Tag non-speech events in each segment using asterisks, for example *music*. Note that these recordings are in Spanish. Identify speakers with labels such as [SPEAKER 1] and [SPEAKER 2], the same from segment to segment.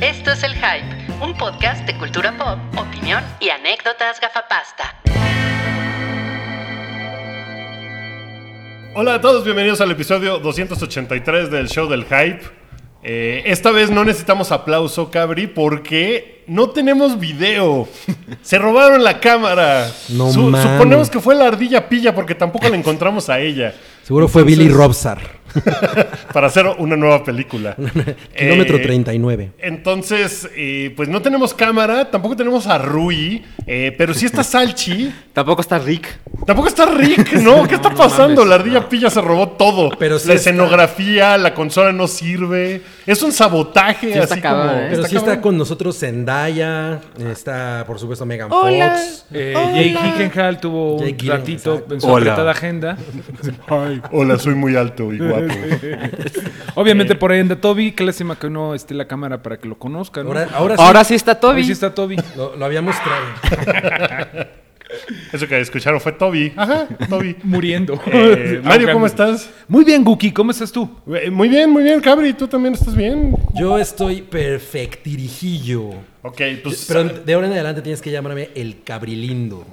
[SPEAKER 1] Esto es El Hype, un podcast de cultura pop, opinión y anécdotas gafapasta.
[SPEAKER 2] Hola a todos, bienvenidos al episodio 283 del show del hype. Eh, esta vez no necesitamos aplauso, Cabri, porque no tenemos
[SPEAKER 3] *laughs*
[SPEAKER 2] video. Se robaron la cámara.
[SPEAKER 3] No
[SPEAKER 2] Su-
[SPEAKER 3] mames.
[SPEAKER 2] suponemos que fue la ardilla pilla porque tampoco la encontramos a
[SPEAKER 3] *laughs*
[SPEAKER 2] ella
[SPEAKER 3] Seguro fue
[SPEAKER 2] Entonces-
[SPEAKER 3] Billy
[SPEAKER 2] *laughs*
[SPEAKER 3] Robsar. *laughs*
[SPEAKER 2] para hacer una nueva película.
[SPEAKER 3] Kilómetro
[SPEAKER 2] Eh,
[SPEAKER 3] 39.
[SPEAKER 2] Entonces, eh, pues no tenemos cámara, tampoco tenemos a Rui, eh, pero sí
[SPEAKER 3] *laughs*
[SPEAKER 2] está Salchi.
[SPEAKER 4] Tampoco está Rick.
[SPEAKER 2] Tampoco está Rick, *laughs* ¿no? ¿Qué está
[SPEAKER 4] no
[SPEAKER 2] pasando?
[SPEAKER 4] mames,
[SPEAKER 2] la ardilla
[SPEAKER 4] no.
[SPEAKER 2] pilla se robó todo.
[SPEAKER 3] Pero sí
[SPEAKER 2] la
[SPEAKER 3] está-
[SPEAKER 2] escenografía, la consola no sirve. Es un sabotaje
[SPEAKER 4] Sí está
[SPEAKER 2] así
[SPEAKER 4] cabrón,
[SPEAKER 2] como.
[SPEAKER 4] ¿eh?
[SPEAKER 3] Pero sí está
[SPEAKER 2] cabrón.
[SPEAKER 3] con nosotros Zendaya, está por supuesto Megan Fox.
[SPEAKER 5] Eh, Jake Gyllenhaal tuvo un
[SPEAKER 3] Jake Gyllenhaal,
[SPEAKER 5] ratito
[SPEAKER 3] exacto.
[SPEAKER 5] en su
[SPEAKER 4] Hola.
[SPEAKER 5] apretada agenda.
[SPEAKER 2] Hola, soy muy alto *laughs* y guapo.
[SPEAKER 3] Eh.
[SPEAKER 5] Obviamente por ahí anda Toby. Qué lástima que no esté la cámara para que lo conozcan. ¿no?
[SPEAKER 3] Ahora, ahora sí,
[SPEAKER 4] Ahora sí está
[SPEAKER 5] Hoy
[SPEAKER 4] Toby.
[SPEAKER 5] sí está Toby.
[SPEAKER 3] Lo, lo habíamos traído.
[SPEAKER 2] Eso que escucharon fue Toby. Ajá, *laughs* Toby.
[SPEAKER 3] *laughs*
[SPEAKER 5] Muriendo.
[SPEAKER 2] Eh, Mario,
[SPEAKER 5] Ahogando.
[SPEAKER 2] ¿cómo estás?
[SPEAKER 5] Muy bien, Guki. ¿Cómo estás tú?
[SPEAKER 2] Eh, Muy bien, muy bien, Cabri. ¿Tú también estás bien?
[SPEAKER 3] Yo estoy perfectirijillo.
[SPEAKER 2] Ok, pues.
[SPEAKER 3] Pero de ahora en adelante tienes que llamarme el cabrilindo.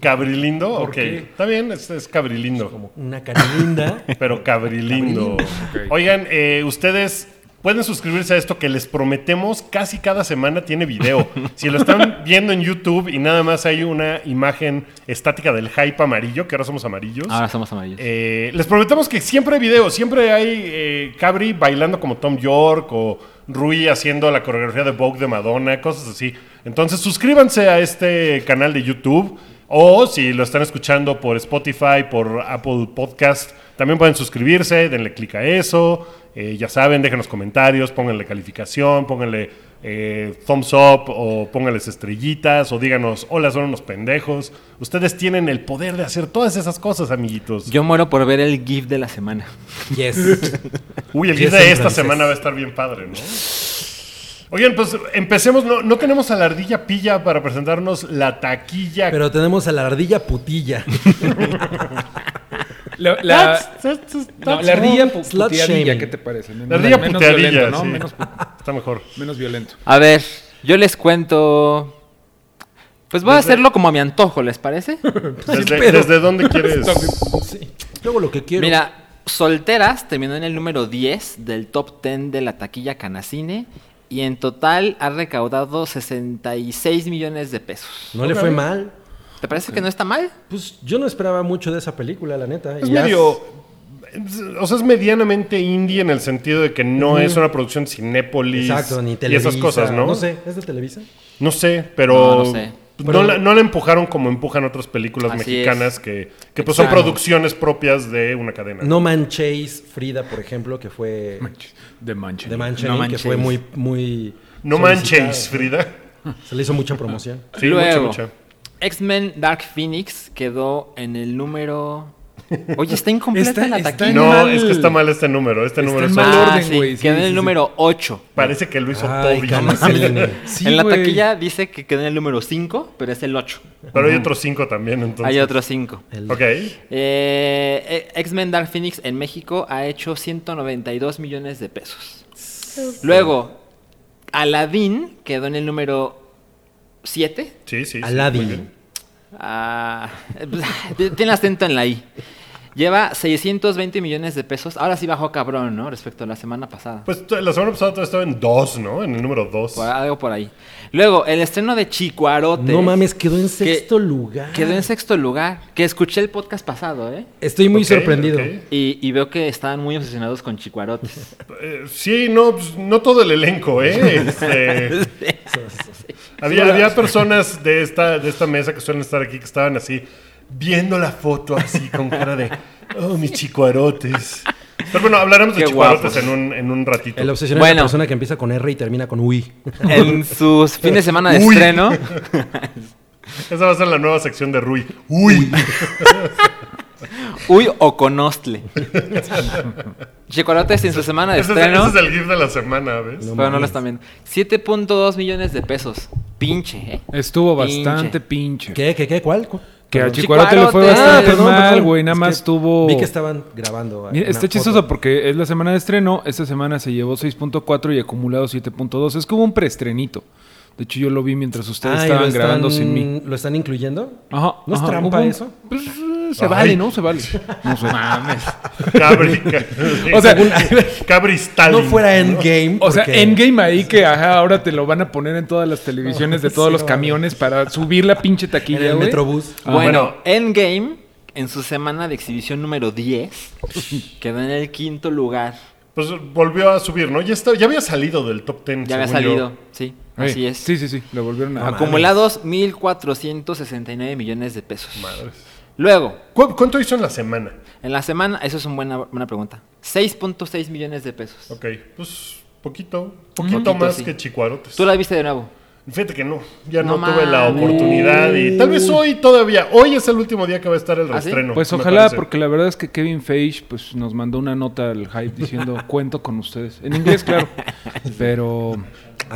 [SPEAKER 2] Cabrilindo, ok.
[SPEAKER 5] qué?
[SPEAKER 2] Está bien, es, es cabrilindo.
[SPEAKER 3] Una
[SPEAKER 2] *laughs*
[SPEAKER 3] carilinda.
[SPEAKER 2] Pero cabrilindo. Oigan, eh, ustedes pueden suscribirse a esto que les prometemos casi cada semana tiene video. Si lo están viendo en YouTube y nada más hay una imagen estática del hype amarillo, que ahora somos amarillos.
[SPEAKER 4] Ahora somos amarillos.
[SPEAKER 2] eh, les prometemos que siempre hay video, siempre hay eh, Cabri bailando como Tom York o Rui haciendo la coreografía de Vogue de Madonna, cosas así. Entonces suscríbanse a este canal de YouTube o si lo están escuchando por Spotify, por Apple Podcast, también pueden suscribirse, denle clic a eso. Eh, ya saben, déjenos comentarios, pónganle calificación, pónganle eh, thumbs up o pónganles estrellitas o díganos, hola, son unos pendejos. Ustedes tienen el poder de hacer todas esas cosas, amiguitos.
[SPEAKER 4] Yo muero por ver el GIF de la semana.
[SPEAKER 3] Yes.
[SPEAKER 2] Uy, el
[SPEAKER 3] Y
[SPEAKER 2] GIF
[SPEAKER 3] es en
[SPEAKER 2] de esta
[SPEAKER 3] francés.
[SPEAKER 2] semana va a estar bien padre, ¿no? Oigan, pues empecemos. No, no tenemos a la ardilla pilla para presentarnos la taquilla.
[SPEAKER 3] Pero tenemos a la ardilla putilla.
[SPEAKER 5] La, la-
[SPEAKER 2] That's- that's- that's-
[SPEAKER 5] no, la ardilla pu-
[SPEAKER 3] Slut
[SPEAKER 5] puteadilla,
[SPEAKER 3] shaming.
[SPEAKER 5] ¿qué te parece? Menos,
[SPEAKER 2] La ardilla
[SPEAKER 5] menos
[SPEAKER 2] puteadilla,
[SPEAKER 5] violento, ¿no?
[SPEAKER 2] sí.
[SPEAKER 5] Menos, pu-
[SPEAKER 2] Está
[SPEAKER 3] *laughs*
[SPEAKER 2] mejor.
[SPEAKER 5] menos violento.
[SPEAKER 4] A ver, yo les cuento. Pues voy a hacerlo como a mi antojo, ¿les
[SPEAKER 5] *laughs*
[SPEAKER 4] parece?
[SPEAKER 2] ¿Desde,
[SPEAKER 3] pero-
[SPEAKER 2] desde dónde
[SPEAKER 3] *laughs*
[SPEAKER 2] quieres?
[SPEAKER 3] Sí. Luego lo que quiero.
[SPEAKER 4] Mira, Solteras terminó en el número 10 del top 10 de la taquilla Canacine y en total ha recaudado 66 millones de pesos.
[SPEAKER 3] no le fue mal.
[SPEAKER 4] ¿Te parece que no está mal?
[SPEAKER 3] Pues yo no esperaba mucho de esa película, la neta.
[SPEAKER 2] Es
[SPEAKER 3] Y ya-
[SPEAKER 2] medio. O sea, es medianamente indie en el sentido de que no es una producción cinépolis
[SPEAKER 3] Exacto, ni
[SPEAKER 2] y
[SPEAKER 3] Televisa.
[SPEAKER 2] esas cosas, ¿no?
[SPEAKER 3] No sé, ¿es de Televisa?
[SPEAKER 2] No sé, pero.
[SPEAKER 4] No, no sé.
[SPEAKER 2] no la, no la empujaron como empujan otras películas
[SPEAKER 4] Así
[SPEAKER 2] mexicanas
[SPEAKER 4] es.
[SPEAKER 2] que, que pues son
[SPEAKER 4] Exacto.
[SPEAKER 2] producciones propias de una cadena.
[SPEAKER 3] No Manches Frida, por ejemplo, que fue
[SPEAKER 5] De mancha.
[SPEAKER 3] de
[SPEAKER 4] No
[SPEAKER 3] Manchening, que
[SPEAKER 4] Manches.
[SPEAKER 3] fue muy, muy
[SPEAKER 2] No
[SPEAKER 3] solicitada.
[SPEAKER 2] manches, Frida.
[SPEAKER 3] Se le hizo
[SPEAKER 2] *laughs*
[SPEAKER 3] mucha promoción.
[SPEAKER 2] Sí,
[SPEAKER 4] Luego,
[SPEAKER 2] mucha, mucha.
[SPEAKER 4] X-Men Dark Phoenix quedó en el número. Oye, está incompleta
[SPEAKER 5] Está-
[SPEAKER 4] la
[SPEAKER 5] está
[SPEAKER 4] taquilla.
[SPEAKER 5] en-
[SPEAKER 2] No,
[SPEAKER 5] mal.
[SPEAKER 2] es que está mal este número. Este número
[SPEAKER 5] en
[SPEAKER 2] es-
[SPEAKER 5] mal
[SPEAKER 4] Ah,
[SPEAKER 5] orden,
[SPEAKER 4] sí,
[SPEAKER 5] güey, sí,
[SPEAKER 4] quedó en
[SPEAKER 5] sí,
[SPEAKER 4] el
[SPEAKER 5] sí.
[SPEAKER 4] número 8.
[SPEAKER 2] parece que lo hizo
[SPEAKER 3] Ay,
[SPEAKER 2] Toby.
[SPEAKER 3] Canacine.
[SPEAKER 5] Sí,
[SPEAKER 4] en la
[SPEAKER 5] güey.
[SPEAKER 4] taquilla dice que quedó en el número 5, pero es el 8.
[SPEAKER 2] Pero hay otros cinco también, entonces.
[SPEAKER 4] Hay otros 5.
[SPEAKER 3] El-
[SPEAKER 2] Ok.
[SPEAKER 4] Eh, eh, X-Men Dark Phoenix en México ha hecho 192 millones de pesos. Luego, Aladdin quedó en el número 7.
[SPEAKER 2] Sí, sí, sí. muy
[SPEAKER 3] Aladdin.
[SPEAKER 2] bien.
[SPEAKER 4] Ah, *laughs* tiene acento en la I. Lleva 620 millones de pesos. Ahora sí bajó cabrón, ¿no? Respecto a la semana pasada.
[SPEAKER 2] Pues t- la semana pasada todavía estaba en dos, ¿no? En el número dos.
[SPEAKER 4] Por- algo por ahí. Luego, el estreno de Chicuarote.
[SPEAKER 3] No mames, quedó en sexto lugar.
[SPEAKER 4] Quedó en sexto lugar. Que escuché el podcast pasado, ¿eh?
[SPEAKER 3] Estoy muy
[SPEAKER 2] Ok,
[SPEAKER 3] sorprendido.
[SPEAKER 2] ok.
[SPEAKER 4] Y, y veo que estaban muy obsesionados
[SPEAKER 2] *laughs*
[SPEAKER 4] con Chicuarotes.
[SPEAKER 2] Eh, sí, no, pues, no todo el elenco, ¿eh?
[SPEAKER 4] *laughs*
[SPEAKER 2] Este, había, había personas de esta, de esta mesa que suelen estar aquí que estaban así, viendo la foto así, con cara de, oh, mis chicuarotes. Pero bueno, hablaremos de
[SPEAKER 4] Qué
[SPEAKER 2] chicuarotes
[SPEAKER 4] guapos.
[SPEAKER 2] en un, en un ratito.
[SPEAKER 3] El obsesionado es
[SPEAKER 4] Bueno.
[SPEAKER 3] la persona que empieza con R y termina con UI.
[SPEAKER 4] en sus fines de semana de
[SPEAKER 2] Uy. *laughs*
[SPEAKER 4] estreno.
[SPEAKER 2] Esa va a ser la nueva sección de Rui. Uy.
[SPEAKER 4] Uy, o conostle. Chicuarotes en su semana de
[SPEAKER 2] Ese es, ese
[SPEAKER 4] estreno.
[SPEAKER 2] es el GIF de la semana, ¿ves?
[SPEAKER 3] No
[SPEAKER 4] pero no lo
[SPEAKER 3] mames.
[SPEAKER 4] están viendo. 7.2 millones de pesos. Pinche, ¿eh?
[SPEAKER 5] Estuvo
[SPEAKER 4] Pinche.
[SPEAKER 5] bastante pinche.
[SPEAKER 3] *laughs* ¿Qué, qué, qué? ¿Cuál? ¿Cu-
[SPEAKER 5] Que a
[SPEAKER 3] Perdón.
[SPEAKER 5] Chicuarote le fue
[SPEAKER 4] Chicuarote. Ah,
[SPEAKER 5] bastante
[SPEAKER 4] perdón,
[SPEAKER 5] mal,
[SPEAKER 3] perdón.
[SPEAKER 5] güey. Nada
[SPEAKER 3] Es
[SPEAKER 5] más
[SPEAKER 3] que
[SPEAKER 5] tuvo.
[SPEAKER 3] Vi que estaban grabando. eh,
[SPEAKER 5] Mira, está chistoso porque es la semana de estreno. Esta semana se llevó 6.4 y acumulado 7.2. Es como un preestrenito. De hecho, yo lo vi mientras
[SPEAKER 3] Ah,
[SPEAKER 5] ustedes estaban grabando sin mí.
[SPEAKER 3] ¿Lo están incluyendo?
[SPEAKER 5] Ajá.
[SPEAKER 3] ¿No es
[SPEAKER 5] ajá,
[SPEAKER 3] trampa
[SPEAKER 5] hubo un-
[SPEAKER 3] eso?
[SPEAKER 5] Pues, eh, se
[SPEAKER 2] Ay.
[SPEAKER 5] vale, ¿no? Se vale. No sé. mames.
[SPEAKER 2] Cabri.
[SPEAKER 5] O sea,
[SPEAKER 2] Cabri Stalin.
[SPEAKER 3] No fuera Endgame.
[SPEAKER 5] *laughs* O sea,
[SPEAKER 3] porque-
[SPEAKER 5] Endgame ahí que ajá, ahora te lo van a poner en todas las
[SPEAKER 3] *laughs*
[SPEAKER 5] televisiones de todos
[SPEAKER 3] Sí,
[SPEAKER 5] los
[SPEAKER 3] no,
[SPEAKER 5] camiones para subir la pinche
[SPEAKER 3] En
[SPEAKER 5] taquilla,
[SPEAKER 3] el
[SPEAKER 5] güey.
[SPEAKER 3] Metrobús.
[SPEAKER 5] Ah,
[SPEAKER 4] bueno, Endgame, en su semana de exhibición número 10, quedó en el quinto lugar.
[SPEAKER 2] Pues volvió a subir, ¿no? Ya, está, ya había salido del top 10.
[SPEAKER 4] Ya había
[SPEAKER 2] según yo.
[SPEAKER 4] salido, sí,
[SPEAKER 5] Ey,
[SPEAKER 4] así es.
[SPEAKER 5] Sí, sí, sí. Lo volvieron a.
[SPEAKER 4] Acumulados 1.469 millones de pesos. Luego,
[SPEAKER 2] ¿Cu- ¿Cuánto hizo en la semana?
[SPEAKER 4] en la semana, eso es una buena, buena pregunta, 6.6 millones de pesos.
[SPEAKER 2] Ok, pues poquito, poquito más
[SPEAKER 4] sí.
[SPEAKER 2] que Chicuarotes.
[SPEAKER 4] ¿Tú la viste de nuevo?
[SPEAKER 2] Fíjate que no, ya no,
[SPEAKER 4] No
[SPEAKER 2] tuve la
[SPEAKER 4] mames.
[SPEAKER 2] oportunidad y tal vez hoy todavía. Hoy es el último día que va a estar el
[SPEAKER 4] ¿Ah, sí?
[SPEAKER 2] reestreno.
[SPEAKER 5] Pues
[SPEAKER 2] me
[SPEAKER 5] ojalá,
[SPEAKER 2] parece.
[SPEAKER 5] porque la verdad es que Kevin Feige pues, nos mandó una nota al hype
[SPEAKER 2] *laughs*
[SPEAKER 5] diciendo cuento con ustedes. En inglés, claro. Pero.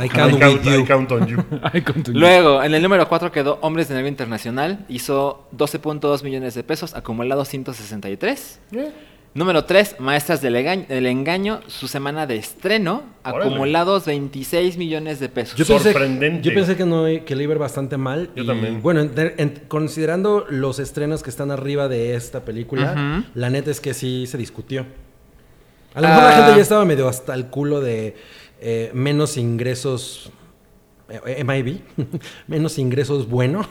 [SPEAKER 3] I
[SPEAKER 2] I
[SPEAKER 3] can't
[SPEAKER 2] count,
[SPEAKER 3] with
[SPEAKER 2] I
[SPEAKER 3] you.
[SPEAKER 2] count on you. *laughs*
[SPEAKER 5] Ay, continúa.
[SPEAKER 4] Luego, en el número 4 quedó Hombres de Nervio Internacional, hizo 12.2 millones de pesos, acumulados 163.
[SPEAKER 2] Eh,
[SPEAKER 4] Número 3, Maestras del, Enga- del Engaño, su semana de estreno,
[SPEAKER 2] Órale.
[SPEAKER 4] acumulados 26 millones de pesos.
[SPEAKER 3] Yo pensé,
[SPEAKER 2] Sorprendente.
[SPEAKER 3] yo pensé que, no, que le iba a ir bastante mal.
[SPEAKER 2] Yo
[SPEAKER 3] y,
[SPEAKER 2] también.
[SPEAKER 3] Bueno, en- en- considerando los estrenos que están arriba de esta película,
[SPEAKER 4] Ujú.
[SPEAKER 3] la neta es que sí se discutió. A lo mejor la
[SPEAKER 4] Ah.
[SPEAKER 3] gente ya estaba medio hasta el culo de eh, menos ingresos. eh, MIB, *laughs* menos ingresos bueno.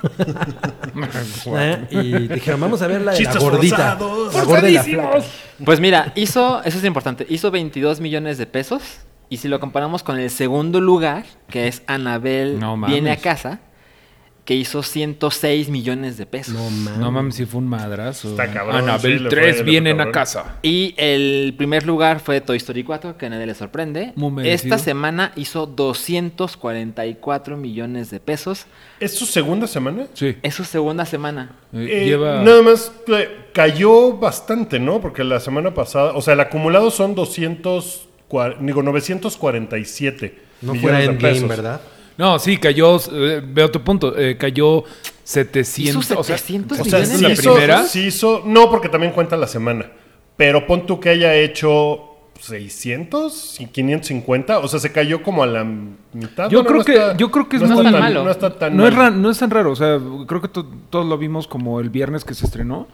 [SPEAKER 3] ¿Eh? Y dijeron, vamos a ver la de la
[SPEAKER 2] Chistes
[SPEAKER 3] gordita.
[SPEAKER 2] forzados.
[SPEAKER 3] La gorda y la
[SPEAKER 5] Forzadísimos.
[SPEAKER 3] flaca.
[SPEAKER 4] Pues mira, hizo, eso es importante, hizo 22 millones de pesos. Y si lo comparamos con el segundo lugar, que es Anabel
[SPEAKER 5] No mames.
[SPEAKER 4] Viene a Casa, que hizo 106 millones de pesos.
[SPEAKER 3] No
[SPEAKER 5] No
[SPEAKER 3] mames.
[SPEAKER 5] mames, si fue un madrazo.
[SPEAKER 2] Está cabrón, sí,
[SPEAKER 5] Anabel
[SPEAKER 2] le fue-
[SPEAKER 5] 3
[SPEAKER 2] le fue
[SPEAKER 5] vienen a
[SPEAKER 2] cabrón.
[SPEAKER 5] casa.
[SPEAKER 4] Y el primer lugar fue Toy Story 4, que a nadie le sorprende.
[SPEAKER 5] Muy merecido.
[SPEAKER 4] Esta semana hizo 244 millones de pesos.
[SPEAKER 2] ¿Es su segunda semana?
[SPEAKER 5] Sí.
[SPEAKER 4] Es su segunda semana.
[SPEAKER 5] eh,
[SPEAKER 2] Eh,
[SPEAKER 5] lleva.
[SPEAKER 2] Nada más eh, cayó bastante, ¿no? Porque la semana pasada, o sea, el acumulado son 200, cua- digo, 947.
[SPEAKER 3] No
[SPEAKER 2] millones
[SPEAKER 3] fuera
[SPEAKER 2] de
[SPEAKER 3] Endgame,
[SPEAKER 2] pesos.
[SPEAKER 3] ¿verdad?
[SPEAKER 5] No, sí, cayó. eh, veo tu punto. eh, cayó 700.
[SPEAKER 4] Hizo
[SPEAKER 5] o sea,
[SPEAKER 4] 700
[SPEAKER 2] O sea,
[SPEAKER 4] millones
[SPEAKER 2] sí
[SPEAKER 5] la
[SPEAKER 4] de
[SPEAKER 2] hizo,
[SPEAKER 4] pesos.
[SPEAKER 5] primera.
[SPEAKER 2] sí hizo- no, porque también cuenta la semana. Pero pon tú que haya hecho 600 y 550. O sea, se cayó como a la mitad.
[SPEAKER 5] Yo
[SPEAKER 2] Ah, Bueno,
[SPEAKER 5] creo
[SPEAKER 2] no
[SPEAKER 5] que
[SPEAKER 2] está-
[SPEAKER 5] yo creo que es
[SPEAKER 2] no
[SPEAKER 5] muy
[SPEAKER 2] está tan
[SPEAKER 4] malo.
[SPEAKER 2] No está tan
[SPEAKER 5] no es
[SPEAKER 2] mal.
[SPEAKER 5] ra- no es tan raro, o sea, creo que to- todos lo vimos como el viernes que se estrenó.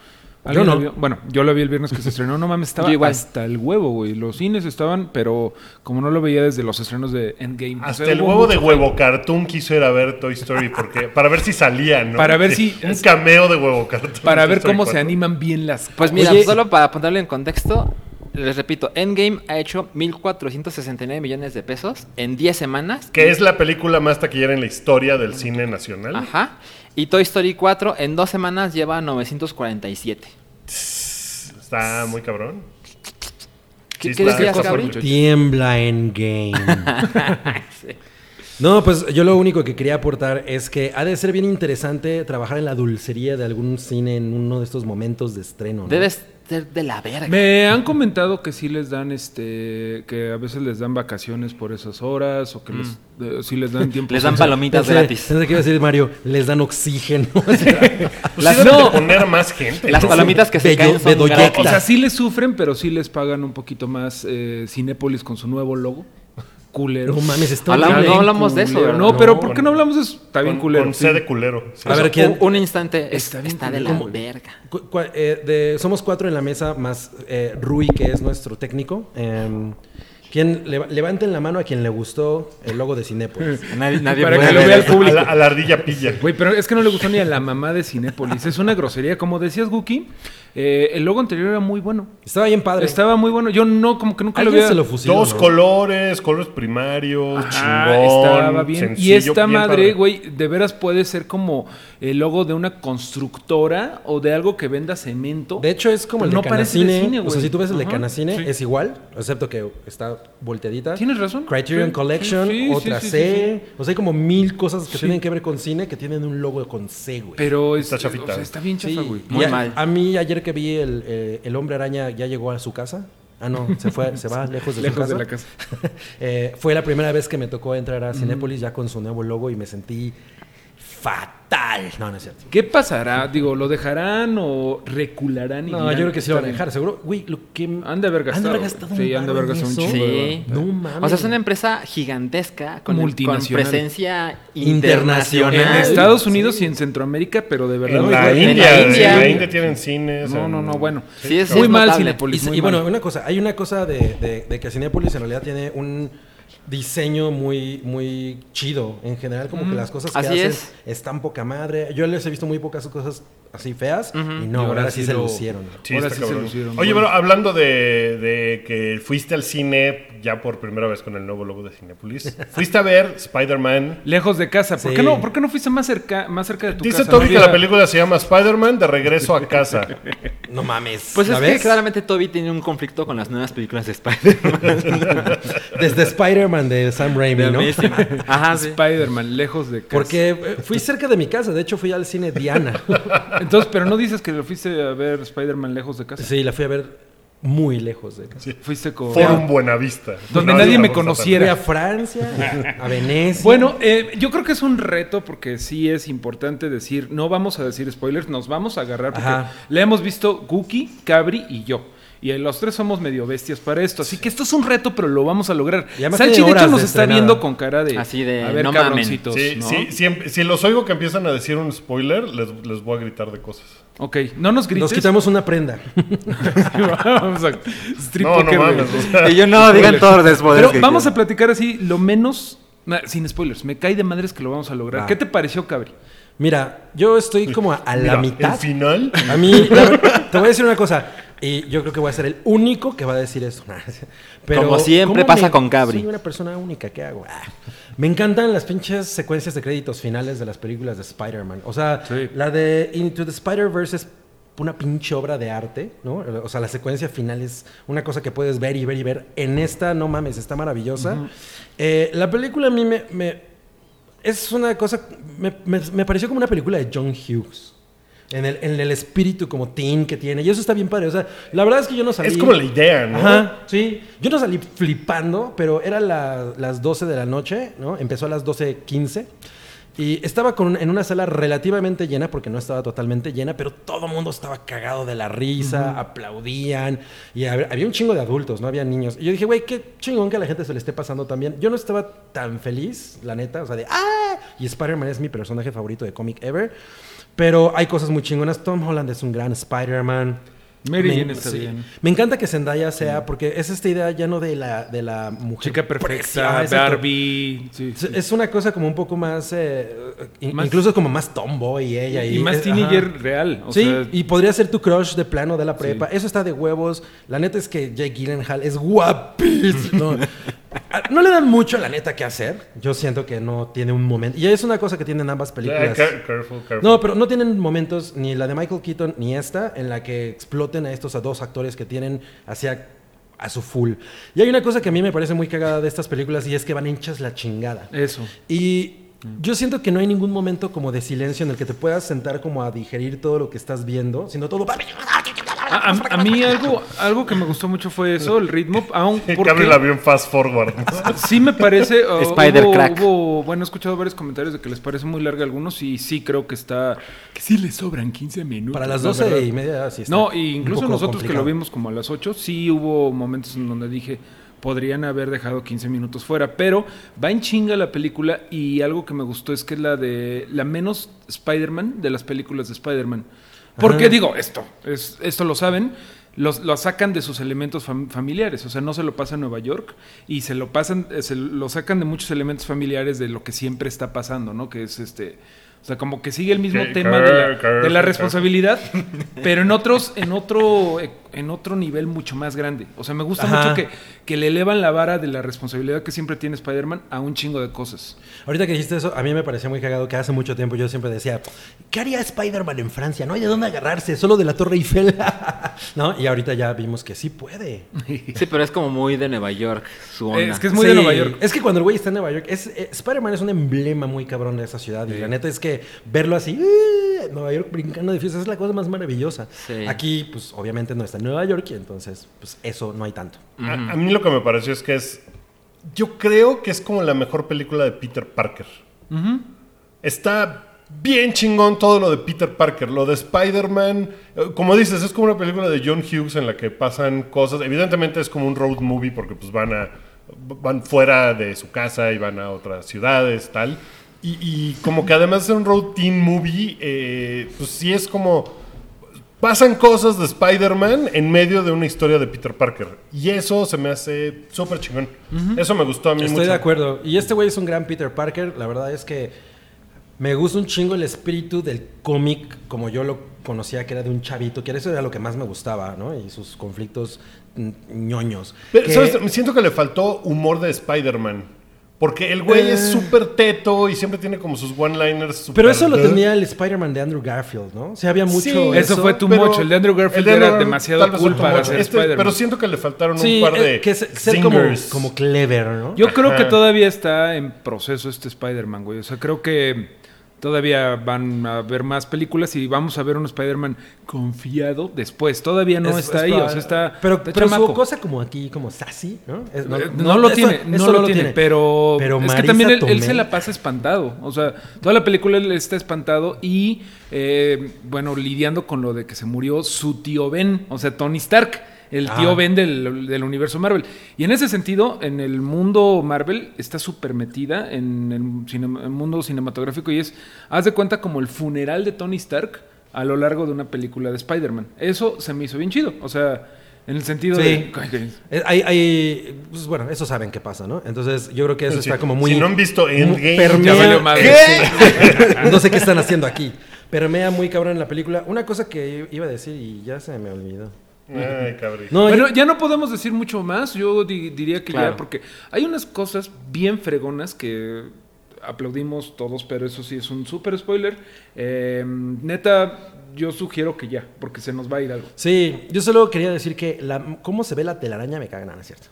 [SPEAKER 5] ¿Alguien
[SPEAKER 3] no.
[SPEAKER 5] lo vio? Bueno, yo lo vi el viernes que se estrenó, no mames, estaba
[SPEAKER 4] Yo igual.
[SPEAKER 5] hasta el huevo, güey. Los cines estaban, pero como no lo veía desde los estrenos de Endgame. o
[SPEAKER 2] Hasta
[SPEAKER 5] sea,
[SPEAKER 2] el
[SPEAKER 5] hubo
[SPEAKER 2] huevo de
[SPEAKER 5] mucho-
[SPEAKER 2] huevo cartoon quiso ir a ver Toy Story porque para ver si salía, ¿no?
[SPEAKER 5] Para ver
[SPEAKER 2] Sí,
[SPEAKER 5] si-
[SPEAKER 2] un cameo de huevo cartoon.
[SPEAKER 5] Para
[SPEAKER 2] Toy
[SPEAKER 5] ver
[SPEAKER 2] Story
[SPEAKER 5] cómo se
[SPEAKER 2] 4.
[SPEAKER 5] animan bien las
[SPEAKER 4] Pues mira,
[SPEAKER 3] Oye.
[SPEAKER 4] solo para ponerlo en contexto, les repito, Endgame ha hecho 1.469 millones de pesos en 10 semanas.
[SPEAKER 2] Que es la película más taquillera en la historia del cine nacional.
[SPEAKER 4] Ajá. Y Toy Story 4 en dos semanas lleva
[SPEAKER 5] *laughs*
[SPEAKER 4] 947.
[SPEAKER 2] Está muy cabrón.
[SPEAKER 4] ¿Qué,
[SPEAKER 2] Sí,
[SPEAKER 4] qué
[SPEAKER 2] está-
[SPEAKER 4] decías,
[SPEAKER 2] está
[SPEAKER 4] Gabri?
[SPEAKER 2] fuerte.
[SPEAKER 3] Tiembla Endgame.
[SPEAKER 4] Sí.
[SPEAKER 3] No, pues yo lo único que quería aportar es que ha de ser bien interesante trabajar en la dulcería de algún cine en uno de estos momentos de estreno. ¿no?
[SPEAKER 4] Debes ser de la verga.
[SPEAKER 5] Me han comentado que sí les dan, este, que a veces les dan vacaciones por esas horas o que les, eh,
[SPEAKER 4] *laughs*
[SPEAKER 5] sí les dan tiempo.
[SPEAKER 4] Mm. Les dan palomitas
[SPEAKER 3] Pensé-
[SPEAKER 4] gratis.
[SPEAKER 3] Pensé que iba a decir Mario, les dan
[SPEAKER 5] *laughs*
[SPEAKER 3] oxígeno.
[SPEAKER 2] Pues
[SPEAKER 4] Las-
[SPEAKER 2] sí deben de
[SPEAKER 4] no.
[SPEAKER 2] poner más gente.
[SPEAKER 4] Las
[SPEAKER 2] ¿no?
[SPEAKER 4] palomitas que se
[SPEAKER 3] Bedo-
[SPEAKER 4] caen son
[SPEAKER 3] bedoyecta.
[SPEAKER 5] O
[SPEAKER 4] gratis.
[SPEAKER 5] sea, sí les sufren, pero sí les pagan un poquito más eh, Cinépolis con su nuevo logo. Culero.
[SPEAKER 3] no mames, está
[SPEAKER 4] Hablamos-
[SPEAKER 5] Está
[SPEAKER 3] horrible.
[SPEAKER 4] no
[SPEAKER 5] bien
[SPEAKER 4] hablamos de eso,
[SPEAKER 5] culero.
[SPEAKER 4] ¿verdad?
[SPEAKER 5] No, pero
[SPEAKER 2] No,
[SPEAKER 5] ¿por qué
[SPEAKER 2] con-
[SPEAKER 5] no hablamos de eso? Está bien
[SPEAKER 2] Con-
[SPEAKER 5] culero.
[SPEAKER 2] Con
[SPEAKER 5] sí.
[SPEAKER 2] sed de culero. Sí.
[SPEAKER 3] A ver, ¿quién?
[SPEAKER 4] Un, un instante. es- Está,
[SPEAKER 5] Está bien
[SPEAKER 4] de la
[SPEAKER 5] culero.
[SPEAKER 4] verga.
[SPEAKER 3] Cu- cua- eh, de- somos cuatro en la mesa, más eh, Rui, que es nuestro técnico. Em, ¿quién, leva- levanten la mano a quien le gustó el logo de
[SPEAKER 5] *laughs*
[SPEAKER 3] Cinépolis.
[SPEAKER 4] Nadie,
[SPEAKER 5] Para que lo vea el
[SPEAKER 2] a,
[SPEAKER 5] público.
[SPEAKER 2] la, a la ardilla pilla.
[SPEAKER 5] Güey, pero es que no le gustó ni a la mamá de Cinépolis. Es una grosería. Como decías, Guki, eh, el logo anterior era muy bueno.
[SPEAKER 3] Estaba bien padre.
[SPEAKER 5] Estaba muy bueno. Yo no, como que nunca lo
[SPEAKER 3] Alguien
[SPEAKER 5] había...
[SPEAKER 3] se lo fusiló,
[SPEAKER 2] Dos
[SPEAKER 3] ¿no?
[SPEAKER 2] colores, colores primarios,
[SPEAKER 5] pues Ajá,
[SPEAKER 2] chingón.
[SPEAKER 5] Ah, estaba bien. y
[SPEAKER 2] sencillo,
[SPEAKER 5] esta
[SPEAKER 2] bien
[SPEAKER 5] madre,
[SPEAKER 2] padre.
[SPEAKER 5] güey, de veras puede ser como el logo de una constructora o de algo que venda cemento.
[SPEAKER 3] De hecho, es como el
[SPEAKER 5] Pero
[SPEAKER 3] de
[SPEAKER 5] no parece de
[SPEAKER 3] Canacine.
[SPEAKER 5] cine,
[SPEAKER 3] o sea,
[SPEAKER 5] güey.
[SPEAKER 3] si tú ves el de
[SPEAKER 5] Ajá,
[SPEAKER 3] Canacine,
[SPEAKER 5] sí.
[SPEAKER 3] es igual, excepto que está volteadita.
[SPEAKER 5] Tienes razón.
[SPEAKER 3] Criterion
[SPEAKER 5] Sí,
[SPEAKER 3] Collection,
[SPEAKER 5] sí, sí,
[SPEAKER 3] otra
[SPEAKER 5] sí, sí,
[SPEAKER 3] C. O sea, hay como mil cosas que
[SPEAKER 5] Sí.
[SPEAKER 3] tienen que ver con cine que tienen un logo con C, güey.
[SPEAKER 5] Pero
[SPEAKER 2] Está
[SPEAKER 5] está,
[SPEAKER 2] chafita.
[SPEAKER 5] o sea, está bien
[SPEAKER 3] Sí,
[SPEAKER 5] chafa, güey.
[SPEAKER 3] y
[SPEAKER 4] Muy
[SPEAKER 3] a,
[SPEAKER 4] mal.
[SPEAKER 3] a mí ayer que vi el, eh, el hombre araña ya llegó a su casa. Ah, no, se fue, se va lejos de
[SPEAKER 5] Lejos
[SPEAKER 3] su
[SPEAKER 5] de
[SPEAKER 3] casa.
[SPEAKER 5] la
[SPEAKER 3] *laughs*
[SPEAKER 5] casa.
[SPEAKER 3] Eh, fue la primera vez que me tocó entrar a Cinépolis ya con su nuevo logo y me sentí fatal. No, no es cierto.
[SPEAKER 5] ¿Qué pasará? Digo, ¿lo dejarán o recularán? y
[SPEAKER 3] No,
[SPEAKER 5] dirán,
[SPEAKER 3] yo creo que sí lo van a
[SPEAKER 5] "Está
[SPEAKER 3] dejar, seguro. Güey, lo que.
[SPEAKER 5] Han de haber gastado, güey. Sí,
[SPEAKER 3] un
[SPEAKER 5] han de
[SPEAKER 3] varo
[SPEAKER 5] haber
[SPEAKER 3] en
[SPEAKER 5] gastado un
[SPEAKER 3] eso.
[SPEAKER 5] chingo de
[SPEAKER 4] Sí.
[SPEAKER 5] varo.
[SPEAKER 3] No mames.
[SPEAKER 4] O sea, es una empresa gigantesca con,
[SPEAKER 5] Multinacional.
[SPEAKER 4] con presencia
[SPEAKER 3] Internacional.
[SPEAKER 5] bien".
[SPEAKER 4] internacional.
[SPEAKER 5] En
[SPEAKER 3] Ay,
[SPEAKER 5] Estados
[SPEAKER 3] sí.
[SPEAKER 5] Unidos y en Centroamérica, pero de verdad.
[SPEAKER 2] En
[SPEAKER 5] güey,
[SPEAKER 2] la
[SPEAKER 5] güey.
[SPEAKER 2] India.
[SPEAKER 4] En la India.
[SPEAKER 2] En la India tienen cines.
[SPEAKER 5] No,
[SPEAKER 2] en-
[SPEAKER 5] no, no, bueno.
[SPEAKER 4] Sí, es-
[SPEAKER 5] muy
[SPEAKER 4] es
[SPEAKER 5] mal
[SPEAKER 4] notable.
[SPEAKER 5] Cinepolis.
[SPEAKER 3] Y,
[SPEAKER 5] muy
[SPEAKER 3] y bueno,
[SPEAKER 5] mal.
[SPEAKER 3] una cosa, hay una cosa de, de- de que Cinepolis en realidad tiene un diseño muy, muy chido. En general, como que las cosas que
[SPEAKER 4] así
[SPEAKER 3] hacen
[SPEAKER 4] es.
[SPEAKER 3] están poca madre. Yo les he visto muy pocas cosas así feas. Y no,
[SPEAKER 5] Y ahora
[SPEAKER 3] ahora sí
[SPEAKER 5] sí
[SPEAKER 3] se
[SPEAKER 5] lo-
[SPEAKER 3] lucieron.
[SPEAKER 2] Sí,
[SPEAKER 5] Ahora
[SPEAKER 2] está
[SPEAKER 5] sí se
[SPEAKER 2] cabrón.
[SPEAKER 5] lucieron,
[SPEAKER 2] Oye,
[SPEAKER 5] güey.
[SPEAKER 2] pero hablando de, de que fuiste al cine ya por primera vez con el nuevo logo de
[SPEAKER 5] *laughs*
[SPEAKER 2] Cinepolis, fuiste a ver Spider-Man.
[SPEAKER 5] Lejos de casa. ¿Por,
[SPEAKER 3] Sí.
[SPEAKER 5] qué no, ¿Por qué no fuiste más cerca, más cerca de tu
[SPEAKER 2] Dice
[SPEAKER 5] casa?
[SPEAKER 2] Toby
[SPEAKER 5] No
[SPEAKER 2] que la
[SPEAKER 5] había-
[SPEAKER 2] película se llama Spider-Man de regreso a casa.
[SPEAKER 3] No mames.
[SPEAKER 4] Pues
[SPEAKER 3] ¿la
[SPEAKER 4] es que
[SPEAKER 3] ves?
[SPEAKER 4] claramente Toby tiene un conflicto con las nuevas películas de Spider-Man.
[SPEAKER 3] Desde Spider-Man de Sam Raimi,
[SPEAKER 4] De *laughs*
[SPEAKER 3] ¿no?
[SPEAKER 4] Amazing.
[SPEAKER 3] Ah,
[SPEAKER 4] Ajá, sí.
[SPEAKER 5] Spider-Man, lejos de casa.
[SPEAKER 3] Porque eh, fui cerca de mi casa. De hecho, fui al cine
[SPEAKER 5] *laughs*
[SPEAKER 3] Diana.
[SPEAKER 5] Entonces, pero no dices que lo fuiste a ver Spider-Man lejos de casa.
[SPEAKER 3] sí, la fui a ver muy lejos de casa.
[SPEAKER 5] Fuiste con.
[SPEAKER 2] Forum Buenavista.
[SPEAKER 5] Donde nadie me
[SPEAKER 2] digamos,
[SPEAKER 5] conociera.
[SPEAKER 3] Fui a Francia, a Venecia.
[SPEAKER 5] Bueno, eh, yo creo que es un reto porque sí es importante decir, no vamos a decir spoilers, nos vamos a agarrar porque
[SPEAKER 3] Ajá.
[SPEAKER 5] la hemos visto Guki, Cabri y yo. Y los tres somos medio bestias para esto. Así que esto es un reto, pero lo vamos a lograr.
[SPEAKER 3] Y además
[SPEAKER 5] Salchi,
[SPEAKER 3] tiene
[SPEAKER 5] de hecho,
[SPEAKER 3] horas
[SPEAKER 5] nos
[SPEAKER 3] de
[SPEAKER 5] está
[SPEAKER 3] estrenada.
[SPEAKER 5] viendo con cara de...
[SPEAKER 4] Así de,
[SPEAKER 5] A ver,
[SPEAKER 4] "No mamen".
[SPEAKER 5] cabroncitos,
[SPEAKER 2] Sí,
[SPEAKER 5] ¿no?
[SPEAKER 2] sí, siempre- si los oigo que empiezan a decir un spoiler, les, les voy a gritar de cosas.
[SPEAKER 5] Ok, no nos grites.
[SPEAKER 3] Nos quitamos una prenda.
[SPEAKER 5] *laughs* vamos a... strip
[SPEAKER 2] No, no
[SPEAKER 5] poker, güey.
[SPEAKER 2] mames. o
[SPEAKER 5] *laughs*
[SPEAKER 2] sea,
[SPEAKER 4] Y yo no, digan
[SPEAKER 5] Spoilers.
[SPEAKER 4] todos los despoderes.
[SPEAKER 5] Pero vamos a platicar así lo menos... nah, sin spoilers, me cae de madres que lo vamos a lograr.
[SPEAKER 3] Va.
[SPEAKER 5] ¿Qué te pareció, Cabri?
[SPEAKER 3] Mira, yo estoy como a, a
[SPEAKER 2] mira,
[SPEAKER 3] la mitad.
[SPEAKER 2] El final.
[SPEAKER 3] A mí, la ver- te voy a decir una cosa. Y yo creo que voy a ser el único que va a decir esto. *laughs* Pero,
[SPEAKER 4] Como siempre
[SPEAKER 3] ¿cómo
[SPEAKER 4] pasa
[SPEAKER 3] me-
[SPEAKER 4] con Cabri.
[SPEAKER 3] Soy una persona única, ¿qué hago? Ah. Me encantan las pinches secuencias de créditos finales de las películas de Spider-Man. O sea,
[SPEAKER 5] Sí.
[SPEAKER 3] la de Into the Spider-Verse es una pinche obra de arte, ¿no? O sea, la secuencia final es una cosa que puedes ver y ver y ver. En esta, no mames, está maravillosa. Eh, la película a mí me- me, es una cosa. Me, me- me pareció como una película de John Hughes. En el, en el espíritu como teen que tiene. Y eso está bien padre. O sea, la verdad es que yo no salí.
[SPEAKER 2] Es como la idea, ¿no?
[SPEAKER 3] Ajá, sí. Yo no salí flipando, pero era la- las 12 de la noche, ¿no? Empezó a las 12.15. Y estaba con, en una sala relativamente llena, porque no estaba totalmente llena, pero todo el mundo estaba cagado de la risa, aplaudían, y hab- había un chingo de adultos, no había niños. Y yo dije, güey, qué chingón que a la gente se le esté pasando también. Yo no estaba tan feliz, la neta, o sea, de ¡ah! Y Spider-Man es mi personaje favorito de cómic ever. Pero hay cosas muy chingonas. Tom Holland es un gran Spider-Man.
[SPEAKER 5] Mary
[SPEAKER 3] Me-
[SPEAKER 5] Jane está
[SPEAKER 3] sí.
[SPEAKER 5] bien.
[SPEAKER 3] Me encanta que Zendaya sea, porque es esta idea ya no de la, de la mujer.
[SPEAKER 5] Chica perfecta,
[SPEAKER 3] preciosa, exacto.
[SPEAKER 5] Barbie. sí, sí.
[SPEAKER 3] Es una cosa como un poco más, eh, in-
[SPEAKER 5] Más-
[SPEAKER 3] Incluso como más tomboy ella. Y,
[SPEAKER 5] Y más
[SPEAKER 3] es-
[SPEAKER 5] teenager
[SPEAKER 3] ajá.
[SPEAKER 5] real. O
[SPEAKER 3] sí,
[SPEAKER 5] sea,
[SPEAKER 3] y podría ser tu crush de plano de la prepa. Eso está de huevos. La neta es que Jake Gyllenhaal es
[SPEAKER 5] *laughs*
[SPEAKER 3] guapísimo. Ah, no le dan mucho, la neta, que hacer. Yo siento que no tiene un momento. Y es una cosa que tienen ambas
[SPEAKER 2] Ah,
[SPEAKER 3] películas.
[SPEAKER 5] Eh,
[SPEAKER 2] care- careful, careful. *laughs*
[SPEAKER 3] No, pero no tienen momentos, ni la de Michael Keaton, ni esta, en la que exploten a estos a dos actores que tienen hacia a su full. Y hay una cosa que a mí me parece muy cagada de estas películas y es que van hinchas la chingada.
[SPEAKER 5] Eso.
[SPEAKER 3] Y
[SPEAKER 5] Mm.
[SPEAKER 3] yo siento que no hay ningún momento como de silencio en el que te puedas sentar como a digerir todo lo que estás viendo, sino todo...
[SPEAKER 5] A, a- a mí algo, algo que me gustó mucho fue eso, el ritmo, *laughs* aún
[SPEAKER 2] Que abre el
[SPEAKER 5] porque
[SPEAKER 2] avión fast forward.
[SPEAKER 5] *laughs* sí me *laughs* parece... uh,
[SPEAKER 4] Spider
[SPEAKER 5] hubo-
[SPEAKER 4] crack.
[SPEAKER 5] hubo- bueno, he escuchado varios comentarios de que les parece muy larga a algunos y sí creo que está... Que sí le sobran 15 minutos.
[SPEAKER 3] Para las
[SPEAKER 5] la
[SPEAKER 3] 12
[SPEAKER 5] verdad.
[SPEAKER 3] y media, sí está
[SPEAKER 5] No,
[SPEAKER 3] un
[SPEAKER 5] y incluso
[SPEAKER 3] poco
[SPEAKER 5] nosotros que
[SPEAKER 3] complicado.
[SPEAKER 5] lo vimos como a las 8, sí hubo momentos en donde dije, podrían haber dejado 15 minutos fuera, pero va en chinga la película y algo que me gustó es que es la de la menos Spider-Man de las películas de Spider-Man. Porque
[SPEAKER 3] Ajá.
[SPEAKER 5] digo esto, es, esto lo saben, los, lo sacan de sus elementos fam- familiares, o sea, no se lo pasa a Nueva York y se lo pasan, eh, se lo sacan de muchos elementos familiares de lo que siempre está pasando, ¿no? Que es este, o sea, como que sigue el mismo
[SPEAKER 2] Que-
[SPEAKER 5] tema de la,
[SPEAKER 2] que- que-
[SPEAKER 5] de la
[SPEAKER 2] que-
[SPEAKER 5] responsabilidad habilidad, *laughs* pero en otros, en otro, en otro nivel mucho más grande. O sea, me gusta
[SPEAKER 3] Ajá.
[SPEAKER 5] mucho que, que le elevan la vara de la responsabilidad que siempre tiene Spider-Man a un chingo de cosas.
[SPEAKER 3] Ahorita que dijiste eso, a mí me parecía muy cagado que hace mucho tiempo yo siempre decía, ¿qué haría Spider-Man en Francia? No hay de dónde agarrarse, solo de la Torre Eiffel. *laughs* ¿No? Y ahorita ya vimos que sí puede.
[SPEAKER 4] Sí, pero es como muy de Nueva York su onda.
[SPEAKER 5] Eh, es que es muy de
[SPEAKER 3] Sí.
[SPEAKER 5] Nueva York.
[SPEAKER 3] Es que cuando el güey está en Nueva York, es, eh, Spider-Man es un emblema muy cabrón de esa ciudad. Y la neta es que verlo así, ¡eh! Nueva York brincando de fiestas, es la cosa más maravillosa.
[SPEAKER 4] Sí.
[SPEAKER 3] Aquí, pues obviamente no está en Nueva York y entonces, pues eso no hay tanto.
[SPEAKER 2] A, a mí lo que me pareció es que es. Yo creo que es como la mejor película de Peter Parker. Está bien chingón todo lo de Peter Parker, lo de Spider-Man. eh, Como dices, es como una película de John Hughes en la que pasan cosas. Evidentemente es como un road movie porque pues van a van fuera de su casa y van a otras ciudades, tal. Y, y como que además es un road team movie, eh, pues sí es como... Pasan cosas de Spider-Man en medio de una historia de Peter Parker. Y eso se me hace súper chingón. Eso me gustó a mí
[SPEAKER 3] Estoy
[SPEAKER 2] mucho.
[SPEAKER 3] de acuerdo. Y este güey es un gran Peter Parker. La verdad es que me gusta un chingo el espíritu del cómic como yo lo conocía, que era de un chavito, que era- eso era lo que más me gustaba, ¿no? Y sus conflictos mm, ñoños.
[SPEAKER 2] Pero,
[SPEAKER 3] Que-
[SPEAKER 2] ¿sabes? Me Siento que le faltó humor de Spider-Man. Porque el güey es súper teto y siempre tiene como sus one-liners súper...
[SPEAKER 3] Eh.
[SPEAKER 2] Eh.
[SPEAKER 3] pero eso lo tenía el Spider-Man de Andrew Garfield, ¿no? O sea, había mucho...
[SPEAKER 2] Sí,
[SPEAKER 5] Eso fue tu
[SPEAKER 2] pero-
[SPEAKER 5] mocho. El de Andrew Garfield
[SPEAKER 2] de
[SPEAKER 5] era
[SPEAKER 2] Andrew
[SPEAKER 5] demasiado
[SPEAKER 2] tal vez
[SPEAKER 5] cool
[SPEAKER 2] fue too
[SPEAKER 5] para
[SPEAKER 2] much.
[SPEAKER 5] ser Spider-Man.
[SPEAKER 2] Pero siento que le faltaron
[SPEAKER 5] Sí,
[SPEAKER 2] un par
[SPEAKER 5] eh,
[SPEAKER 2] de...
[SPEAKER 3] eh, que se- ser como,
[SPEAKER 2] zingers.
[SPEAKER 3] como clever, ¿no?
[SPEAKER 5] Yo creo que
[SPEAKER 2] Ajá.
[SPEAKER 5] todavía está en proceso este Spider-Man, güey. O sea, creo que todavía van a ver más películas y vamos a ver un Spider-Man confiado después. Todavía no
[SPEAKER 3] Es-
[SPEAKER 5] está
[SPEAKER 3] es
[SPEAKER 5] ahí,
[SPEAKER 3] para-
[SPEAKER 5] o sea, está
[SPEAKER 3] Pero,
[SPEAKER 5] está
[SPEAKER 3] pero su
[SPEAKER 5] chamaco.
[SPEAKER 3] cosa como aquí, como sassy, ¿no? Es-
[SPEAKER 5] Eh, No, lo
[SPEAKER 3] eso-
[SPEAKER 5] tiene, no
[SPEAKER 3] eso
[SPEAKER 5] lo, tiene, pero, es que
[SPEAKER 3] Marisa
[SPEAKER 5] también él, él
[SPEAKER 3] Tomei-
[SPEAKER 5] se la pasa espantado. O sea, toda la película él está espantado y, eh, bueno, lidiando con lo de que se murió su tío Ben, o sea, Tony Stark, el
[SPEAKER 3] Ah.
[SPEAKER 5] tío Ben del, del universo Marvel. Y en ese sentido, en el mundo Marvel está súper metida en el, cine- el mundo cinematográfico y es, haz de cuenta como el funeral de Tony Stark a lo largo de una película de Spider-Man. Eso se me hizo bien chido, o sea... En el sentido
[SPEAKER 3] Sí.
[SPEAKER 5] de...
[SPEAKER 3] Eh, Hay, hay- pues, bueno, eso saben qué pasa, ¿no? Entonces yo creo que eso
[SPEAKER 2] Sí.
[SPEAKER 3] está como muy...
[SPEAKER 2] Si no han visto
[SPEAKER 3] muy
[SPEAKER 2] Endgame,
[SPEAKER 3] permea-
[SPEAKER 5] ya valió madre.
[SPEAKER 3] ¿Qué? *laughs* no sé qué están haciendo aquí. Permea muy cabrón en la película. Una cosa que iba a decir y ya se me olvidó.
[SPEAKER 2] Ay, cabrón.
[SPEAKER 3] No,
[SPEAKER 5] bueno,
[SPEAKER 3] yo-
[SPEAKER 5] ya no podemos decir mucho más. Yo di- diría que
[SPEAKER 4] Claro.
[SPEAKER 5] ya, porque hay unas cosas bien fregonas que aplaudimos todos, pero eso sí es un súper spoiler. Eh, neta, yo sugiero que ya, porque se nos va a ir algo.
[SPEAKER 3] sí, yo solo quería decir que la, cómo se ve la telaraña me cagan, ¿no es cierto?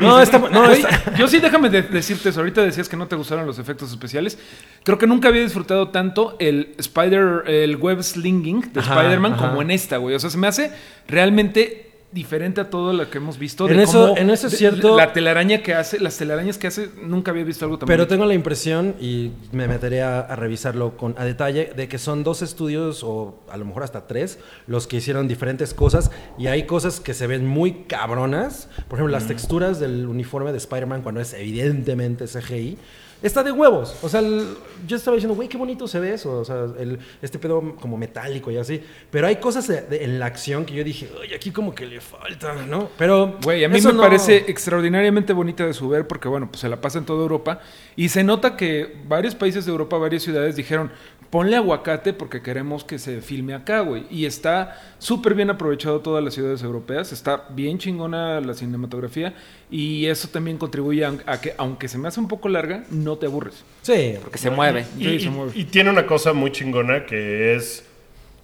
[SPEAKER 3] No, está... No,
[SPEAKER 5] Oye,
[SPEAKER 3] está-
[SPEAKER 5] Yo sí, déjame de- decirte eso. Ahorita decías que no te gustaron los efectos especiales. Creo que nunca había disfrutado tanto el Spider, el web slinging de
[SPEAKER 3] Ajá,
[SPEAKER 5] Spider-Man
[SPEAKER 3] ajá.
[SPEAKER 5] como en esta, güey. O sea, se me hace realmente diferente a todo lo que hemos visto.
[SPEAKER 3] En
[SPEAKER 5] de
[SPEAKER 3] eso-
[SPEAKER 5] cómo-
[SPEAKER 3] en eso es
[SPEAKER 5] de-
[SPEAKER 3] cierto.
[SPEAKER 5] La telaraña que hace, las telarañas que hace, nunca había visto algo tan
[SPEAKER 3] Pero
[SPEAKER 5] bonito.
[SPEAKER 3] tengo la impresión, y me meteré a, a revisarlo con, a detalle, de que son dos estudios, o a lo mejor hasta tres, los que hicieron diferentes cosas. Y hay cosas que se ven muy cabronas. Por ejemplo, las texturas del uniforme de Spider-Man cuando es evidentemente CGI. Está de huevos. O sea, el- yo estaba diciendo, güey, qué bonito se ve eso. O sea, el- este pedo como metálico y así. Pero hay cosas de- de- en la acción que yo dije, ay, aquí como que le falta, ¿no? Pero.
[SPEAKER 5] Güey, a mí
[SPEAKER 3] eso
[SPEAKER 5] me
[SPEAKER 3] no-
[SPEAKER 5] parece extraordinariamente bonita de su ver porque, bueno, pues se la pasa en toda Europa y se nota que varios países de Europa, varias ciudades dijeron, ponle aguacate porque queremos que se filme acá, güey. Y está súper bien aprovechado todas las ciudades europeas, está bien chingona la cinematografía y eso también contribuye a, a que, aunque se me hace un poco larga, no te aburres.
[SPEAKER 3] Sí.
[SPEAKER 4] Porque se mueve.
[SPEAKER 2] Y,
[SPEAKER 5] Sí, se
[SPEAKER 2] y-
[SPEAKER 5] mueve.
[SPEAKER 2] y tiene una cosa muy chingona que es...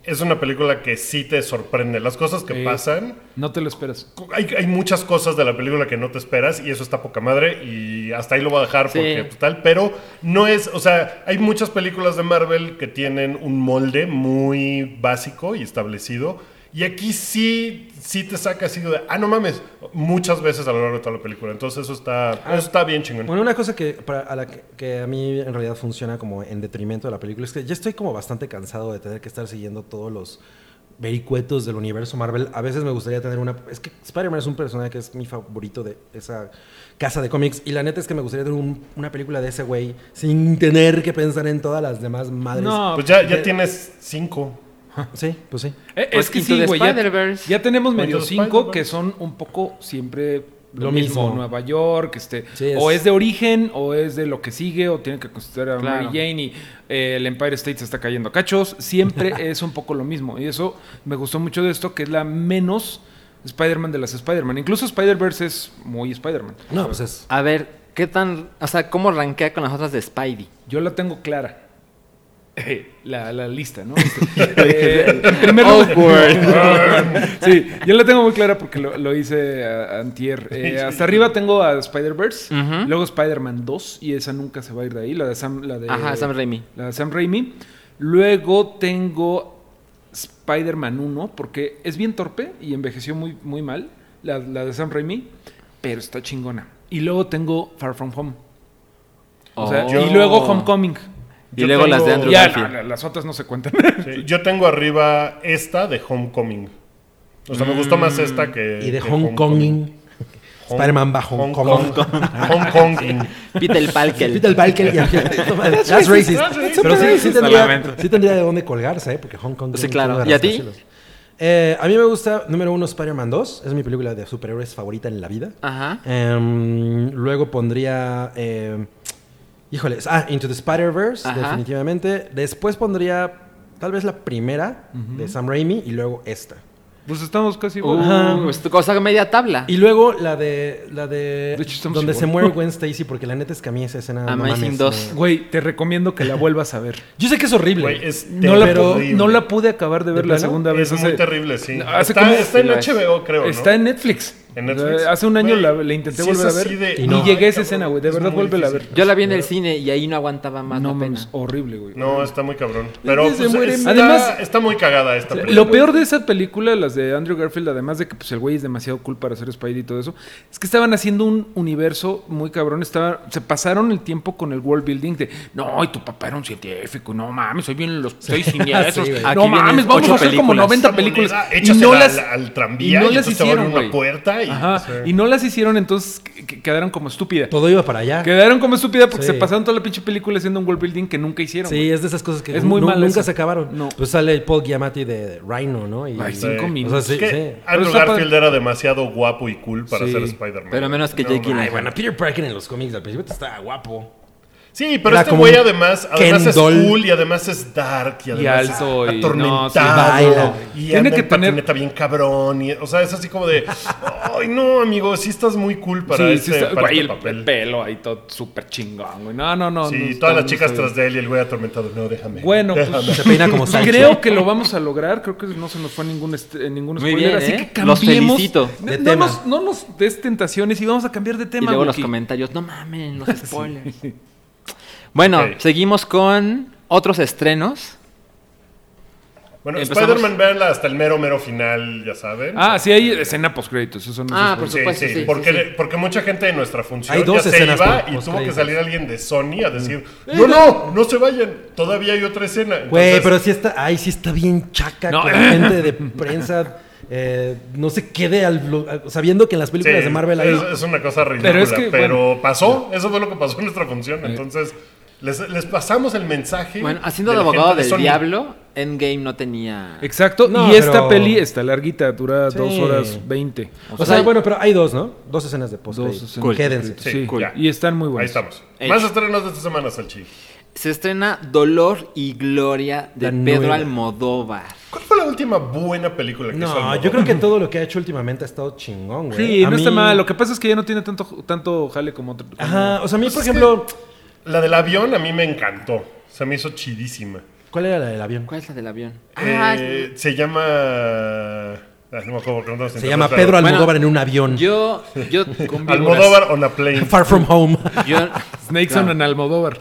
[SPEAKER 2] Es una película que sí te sorprende. Las cosas que
[SPEAKER 5] Eh,
[SPEAKER 2] pasan...
[SPEAKER 5] No te lo esperas.
[SPEAKER 2] Hay, hay muchas cosas de la película que no te esperas y eso está poca madre y hasta ahí lo voy a dejar
[SPEAKER 4] Sí.
[SPEAKER 2] porque pues, tal, pero no es, o sea, hay muchas películas de Marvel que tienen un molde muy básico y establecido y aquí sí, sí te saca así de, ah, no mames, muchas veces a lo largo de toda la película, entonces eso está, eso está bien chingón.
[SPEAKER 3] Ah. Bueno, una cosa que, para- a la que, que a mí en realidad funciona como en detrimento de la película es que ya estoy como bastante cansado de tener que estar siguiendo todos los vericuetos del universo Marvel. A veces me gustaría tener una... Es que Spider-Man es un personaje que es mi favorito de esa casa de cómics y la neta es que me gustaría tener un- una película de ese güey sin tener que pensar en todas las demás madres.
[SPEAKER 5] No,
[SPEAKER 2] pues ya,
[SPEAKER 3] de-
[SPEAKER 2] ya tienes cinco.
[SPEAKER 3] Sí, pues sí.
[SPEAKER 5] Eh,
[SPEAKER 4] Pues
[SPEAKER 5] es que
[SPEAKER 4] Into
[SPEAKER 5] sí,
[SPEAKER 4] the
[SPEAKER 5] güey. Ya,
[SPEAKER 4] Spider-Verse.
[SPEAKER 5] ya tenemos
[SPEAKER 2] Into
[SPEAKER 5] medio
[SPEAKER 2] the
[SPEAKER 5] cinco
[SPEAKER 2] Spider-Verse.
[SPEAKER 5] que son un poco siempre lo,
[SPEAKER 3] Lo
[SPEAKER 5] mismo.
[SPEAKER 3] mismo.
[SPEAKER 5] Nueva York, este,
[SPEAKER 3] Sí, es-
[SPEAKER 5] o es de origen, o es de lo que sigue, o tienen que considerar a
[SPEAKER 4] Claro.
[SPEAKER 5] Mary Jane y eh, el Empire State se está cayendo a cachos. Siempre es un poco lo mismo. Y eso me gustó mucho de esto, que es la menos Spider-Man de las Spider-Man. Incluso Spider-Verse es muy Spider-Man.
[SPEAKER 3] No, pues es...
[SPEAKER 4] A ver, ¿qué tan. O sea, ¿cómo rankea con las otras de Spidey?
[SPEAKER 5] Yo la tengo clara. *laughs* La, la lista,
[SPEAKER 4] *laughs*
[SPEAKER 5] ¿no? Este, eh, en primer lugar- *laughs* sí, yo la tengo muy clara porque lo, lo hice a- antier. Eh, hasta arriba tengo a Spider-Verse,
[SPEAKER 4] Ujú.
[SPEAKER 5] luego Spider-Man 2, y esa nunca se va a ir de ahí, la de Sam, la de,
[SPEAKER 4] Ajá, Sam Raimi.
[SPEAKER 5] La de Sam Raimi. Luego tengo Spider-Man 1, porque es bien torpe y envejeció muy, muy mal, la, la de Sam Raimi, pero está chingona. Y luego tengo Far From Home. O sea,
[SPEAKER 4] Oh.
[SPEAKER 5] y luego Homecoming.
[SPEAKER 4] Y luego las de Andrew
[SPEAKER 5] Ya,
[SPEAKER 4] Garfield.
[SPEAKER 5] no, no, las otras no se cuentan. *laughs*
[SPEAKER 2] Sí, yo tengo arriba esta de Homecoming. O sea, me gustó más esta que.
[SPEAKER 3] Mm, Y Eh, de
[SPEAKER 2] que
[SPEAKER 3] Hong Konging.
[SPEAKER 2] Hong-
[SPEAKER 3] Spider-Man va a Hong Kong.
[SPEAKER 2] *laughs* Hong
[SPEAKER 4] Peter Parker.
[SPEAKER 3] Peter Parker y
[SPEAKER 4] *laughs*
[SPEAKER 3] That's racist. Pero sí, sí tendría,
[SPEAKER 5] Lamento.
[SPEAKER 3] sí tendría de dónde colgarse, ¿eh? porque Hong Kong.
[SPEAKER 4] Pues Sí,
[SPEAKER 3] tiene
[SPEAKER 4] claro.
[SPEAKER 3] un chingo de
[SPEAKER 4] ¿Y a ti?
[SPEAKER 3] rascacielos. Eh, a mí me gusta, número uno, Spider-Man 2. Es mi película de superhéroes favorita en la vida.
[SPEAKER 4] Ajá.
[SPEAKER 3] Em, luego pondría. eh, híjoles. Ah, Into the Spider-Verse,
[SPEAKER 4] Ajá.
[SPEAKER 3] definitivamente. Después pondría tal vez la primera de Sam Raimi y luego esta.
[SPEAKER 5] Pues estamos casi igual.
[SPEAKER 4] Uh, es tu cosa media tabla.
[SPEAKER 3] Y luego la de. La de.
[SPEAKER 5] De hecho, estamos
[SPEAKER 3] donde
[SPEAKER 5] igual.
[SPEAKER 3] se muere Gwen Stacy, porque la neta es que a mí esa escena. no
[SPEAKER 4] Amazing
[SPEAKER 3] mames,
[SPEAKER 4] 2.
[SPEAKER 3] me-
[SPEAKER 5] Güey, te recomiendo que la vuelvas a ver.
[SPEAKER 3] Uh. Yo sé que es horrible.
[SPEAKER 2] Güey, es
[SPEAKER 5] No la,
[SPEAKER 2] terrible.
[SPEAKER 5] pu- no la pude acabar de ver
[SPEAKER 3] ¿De
[SPEAKER 5] la
[SPEAKER 3] plano?
[SPEAKER 5] segunda vez.
[SPEAKER 2] Es muy
[SPEAKER 5] hace-
[SPEAKER 2] terrible, sí.
[SPEAKER 5] hace
[SPEAKER 2] Está,
[SPEAKER 5] como-
[SPEAKER 2] está en
[SPEAKER 4] Sí, lo es.
[SPEAKER 2] HBO, creo. ¿no?
[SPEAKER 5] Está en Netflix.
[SPEAKER 2] ¿En
[SPEAKER 5] O sea,
[SPEAKER 2] Netflix?
[SPEAKER 5] Hace un año
[SPEAKER 2] Güey,
[SPEAKER 5] la, la intenté
[SPEAKER 2] sí es
[SPEAKER 5] volver a ver.
[SPEAKER 2] así
[SPEAKER 5] y
[SPEAKER 2] de-
[SPEAKER 5] ni
[SPEAKER 2] Ay,
[SPEAKER 5] llegué a esa
[SPEAKER 2] cabrón,
[SPEAKER 5] escena, güey. De
[SPEAKER 2] es
[SPEAKER 5] verdad,
[SPEAKER 2] muy
[SPEAKER 5] vuélvela a ver.
[SPEAKER 2] difícil.
[SPEAKER 4] Yo la vi en el cine y ahí no aguantaba más
[SPEAKER 5] No
[SPEAKER 4] la
[SPEAKER 5] mames, oh,
[SPEAKER 4] pena.
[SPEAKER 5] horrible, güey.
[SPEAKER 2] No, está muy cabrón. Pero
[SPEAKER 5] se
[SPEAKER 2] pues,
[SPEAKER 5] muere-
[SPEAKER 2] está,
[SPEAKER 5] Además-
[SPEAKER 2] está muy cagada esta película.
[SPEAKER 5] Lo peor de esa película, las de Andrew Garfield, además de que pues, el güey es demasiado cool para ser Spidey y todo eso, es que estaban haciendo un universo muy cabrón. Estaba, se pasaron el tiempo con el world building de no, y tu papá era un científico, no mames, soy bien los seis
[SPEAKER 4] *laughs*
[SPEAKER 5] siniestros,
[SPEAKER 3] Sí, güey.
[SPEAKER 5] no
[SPEAKER 4] Aquí
[SPEAKER 5] mames,
[SPEAKER 4] vienen
[SPEAKER 5] vamos
[SPEAKER 4] ocho
[SPEAKER 5] a hacer como
[SPEAKER 4] películas.
[SPEAKER 5] 90 películas.
[SPEAKER 2] Y no las, al, al tranvía y,
[SPEAKER 5] no
[SPEAKER 2] entonces te abren
[SPEAKER 5] güey.
[SPEAKER 2] una puerta y,
[SPEAKER 5] Ajá,
[SPEAKER 2] sí.
[SPEAKER 5] y no las hicieron, entonces que- que quedaron como estúpidas.
[SPEAKER 3] Todo iba para allá.
[SPEAKER 5] Quedaron como estúpidas porque
[SPEAKER 3] Sí.
[SPEAKER 5] se pasaron toda la pinche película haciendo un world building que nunca hicieron.
[SPEAKER 3] Sí, es de esas cosas que
[SPEAKER 5] Es muy
[SPEAKER 3] nu-
[SPEAKER 5] malo
[SPEAKER 3] nunca
[SPEAKER 5] eso.
[SPEAKER 3] se acabaron.
[SPEAKER 5] No.
[SPEAKER 3] Pues sale Paul Giamatti de Rhino, ¿no? Y,
[SPEAKER 5] Ay,
[SPEAKER 3] y-
[SPEAKER 5] cinco
[SPEAKER 2] Sí.
[SPEAKER 5] minutos.
[SPEAKER 3] O sea, sí,
[SPEAKER 2] Es que
[SPEAKER 3] sí.
[SPEAKER 5] Pero
[SPEAKER 2] Andrew
[SPEAKER 5] está
[SPEAKER 2] Garfield era demasiado guapo y cool para
[SPEAKER 5] Sí.
[SPEAKER 2] ser Spider-Man.
[SPEAKER 4] Pero menos que
[SPEAKER 2] No,
[SPEAKER 4] Jake
[SPEAKER 2] man.
[SPEAKER 4] Gyllenhaal.
[SPEAKER 3] Ay, bueno, Peter Parker en los cómics al principio estaba guapo.
[SPEAKER 2] Sí, pero
[SPEAKER 3] Era
[SPEAKER 2] este
[SPEAKER 3] como
[SPEAKER 2] güey
[SPEAKER 3] un
[SPEAKER 2] además, además es
[SPEAKER 3] Kendall.
[SPEAKER 2] cool y además es dark y
[SPEAKER 5] Y
[SPEAKER 2] además
[SPEAKER 5] alto
[SPEAKER 2] es
[SPEAKER 5] y- no, sí,
[SPEAKER 2] atormentado.
[SPEAKER 3] baila.
[SPEAKER 2] y
[SPEAKER 5] Tiene
[SPEAKER 2] tiene
[SPEAKER 5] que
[SPEAKER 2] que
[SPEAKER 5] tener-
[SPEAKER 2] bien cabrón. y- o sea, es así como
[SPEAKER 5] *laughs*
[SPEAKER 2] de, ay no, amigo, sí estás muy cool para
[SPEAKER 5] sí,
[SPEAKER 2] este,
[SPEAKER 5] sí, está-
[SPEAKER 2] para
[SPEAKER 5] güey,
[SPEAKER 2] este
[SPEAKER 5] el, el
[SPEAKER 2] papel.
[SPEAKER 5] pelo ahí todo súper chingón, güey. No, no, no. no,
[SPEAKER 2] sí,
[SPEAKER 5] está-
[SPEAKER 2] todas
[SPEAKER 5] no
[SPEAKER 2] las chicas
[SPEAKER 5] está
[SPEAKER 2] tras
[SPEAKER 5] bien.
[SPEAKER 2] de él y el güey atormentado. No, déjame.
[SPEAKER 3] *laughs*
[SPEAKER 5] *laughs* Bueno,
[SPEAKER 2] déjame.
[SPEAKER 5] pues,
[SPEAKER 3] Se peina como
[SPEAKER 5] pues
[SPEAKER 3] Sancho.
[SPEAKER 5] creo que lo vamos a lograr. Creo que no se nos fue ningún, est- eh, ningún
[SPEAKER 4] Muy
[SPEAKER 5] spoiler.
[SPEAKER 4] bien,
[SPEAKER 5] así
[SPEAKER 4] ¿eh?
[SPEAKER 5] que
[SPEAKER 4] Los
[SPEAKER 5] cambiemos.
[SPEAKER 4] felicito.
[SPEAKER 5] No,
[SPEAKER 3] De
[SPEAKER 5] no
[SPEAKER 3] tema.
[SPEAKER 5] nos, no nos des tentaciones y vamos a cambiar de tema.
[SPEAKER 4] y luego
[SPEAKER 5] Wookie.
[SPEAKER 4] los comentarios, no mames,
[SPEAKER 5] *laughs*
[SPEAKER 4] los spoilers. Bueno,
[SPEAKER 2] Ok.
[SPEAKER 4] seguimos con otros estrenos.
[SPEAKER 2] Bueno,
[SPEAKER 4] Empezamos.
[SPEAKER 2] Spider-Man, véanla hasta el mero, mero final, ya saben.
[SPEAKER 5] Ah, sí, hay escena post-créditos. Eso no
[SPEAKER 4] Ah,
[SPEAKER 5] se
[SPEAKER 4] por
[SPEAKER 5] puede.
[SPEAKER 2] Sí,
[SPEAKER 4] supuesto,
[SPEAKER 2] sí,
[SPEAKER 4] sí,
[SPEAKER 2] porque,
[SPEAKER 4] sí, sí.
[SPEAKER 2] porque mucha gente de nuestra función
[SPEAKER 3] Hay dos
[SPEAKER 2] ya se
[SPEAKER 3] escenas
[SPEAKER 2] iba
[SPEAKER 3] post-
[SPEAKER 2] y tuvo que
[SPEAKER 3] postcréditos.
[SPEAKER 2] salir alguien de Sony a decir, no, no, no se vayan, todavía hay otra escena.
[SPEAKER 3] Güey,
[SPEAKER 2] Entonces,
[SPEAKER 3] pero sí está, ay, sí está bien chaca
[SPEAKER 5] No.
[SPEAKER 3] con la gente de prensa. *laughs* eh, no se quede al, lo- sabiendo que en las películas
[SPEAKER 2] sí,
[SPEAKER 3] de Marvel hay.
[SPEAKER 2] es, es una cosa ridícula, pero,
[SPEAKER 5] es que,
[SPEAKER 2] pasó, eso fue lo que pasó en nuestra función, entonces les, les pasamos el mensaje.
[SPEAKER 4] Bueno, haciendo
[SPEAKER 2] de
[SPEAKER 4] de
[SPEAKER 2] la
[SPEAKER 4] abogado
[SPEAKER 2] gente de
[SPEAKER 4] del
[SPEAKER 2] Sony.
[SPEAKER 4] diablo, Endgame no tenía...
[SPEAKER 5] Exacto.
[SPEAKER 3] No,
[SPEAKER 5] y esta
[SPEAKER 3] pero-
[SPEAKER 5] peli está larguita, dura
[SPEAKER 3] Sí.
[SPEAKER 5] dos horas 20.
[SPEAKER 3] o,
[SPEAKER 4] o
[SPEAKER 3] sea,
[SPEAKER 4] sea,
[SPEAKER 3] bueno, pero hay dos, ¿no? Dos escenas de post.
[SPEAKER 5] Dos escenas
[SPEAKER 4] Cool.
[SPEAKER 3] Quédense.
[SPEAKER 2] Sí,
[SPEAKER 5] Sí,
[SPEAKER 2] ya.
[SPEAKER 5] y están muy
[SPEAKER 2] Ahí
[SPEAKER 5] buenas.
[SPEAKER 2] estamos.
[SPEAKER 4] Hecho.
[SPEAKER 2] Más estrenos de esta semana, Salchi.
[SPEAKER 4] Se estrena Dolor y Gloria de
[SPEAKER 3] La
[SPEAKER 4] Pedro
[SPEAKER 3] novela.
[SPEAKER 4] Almodóvar.
[SPEAKER 2] ¿Cuál fue la última buena película que hizo
[SPEAKER 3] No,
[SPEAKER 2] Almodóvar?
[SPEAKER 3] yo creo que todo lo que ha hecho últimamente ha estado chingón, güey.
[SPEAKER 5] Sí,
[SPEAKER 3] A
[SPEAKER 5] no está
[SPEAKER 3] mí-
[SPEAKER 5] mal. Lo que pasa es que ya no tiene tanto, tanto jale como otro.
[SPEAKER 3] Ajá, o sea, a mí, por
[SPEAKER 2] Pues es
[SPEAKER 3] ejemplo,
[SPEAKER 2] La del avión a mí me encantó, se me hizo chidísima.
[SPEAKER 3] ¿cuál era la del avión?
[SPEAKER 4] ¿Cuál es la del avión? Ah,
[SPEAKER 2] Eh, se llama. ah, no me acuerdo cómo
[SPEAKER 3] Se llama Pedro
[SPEAKER 4] Bueno,
[SPEAKER 3] Almodóvar en un avión.
[SPEAKER 4] yo... yo con
[SPEAKER 2] Almodóvar on a plane.
[SPEAKER 3] Far from home.
[SPEAKER 4] Yo,
[SPEAKER 5] Snakes
[SPEAKER 4] Claro.
[SPEAKER 5] on an Almodóvar.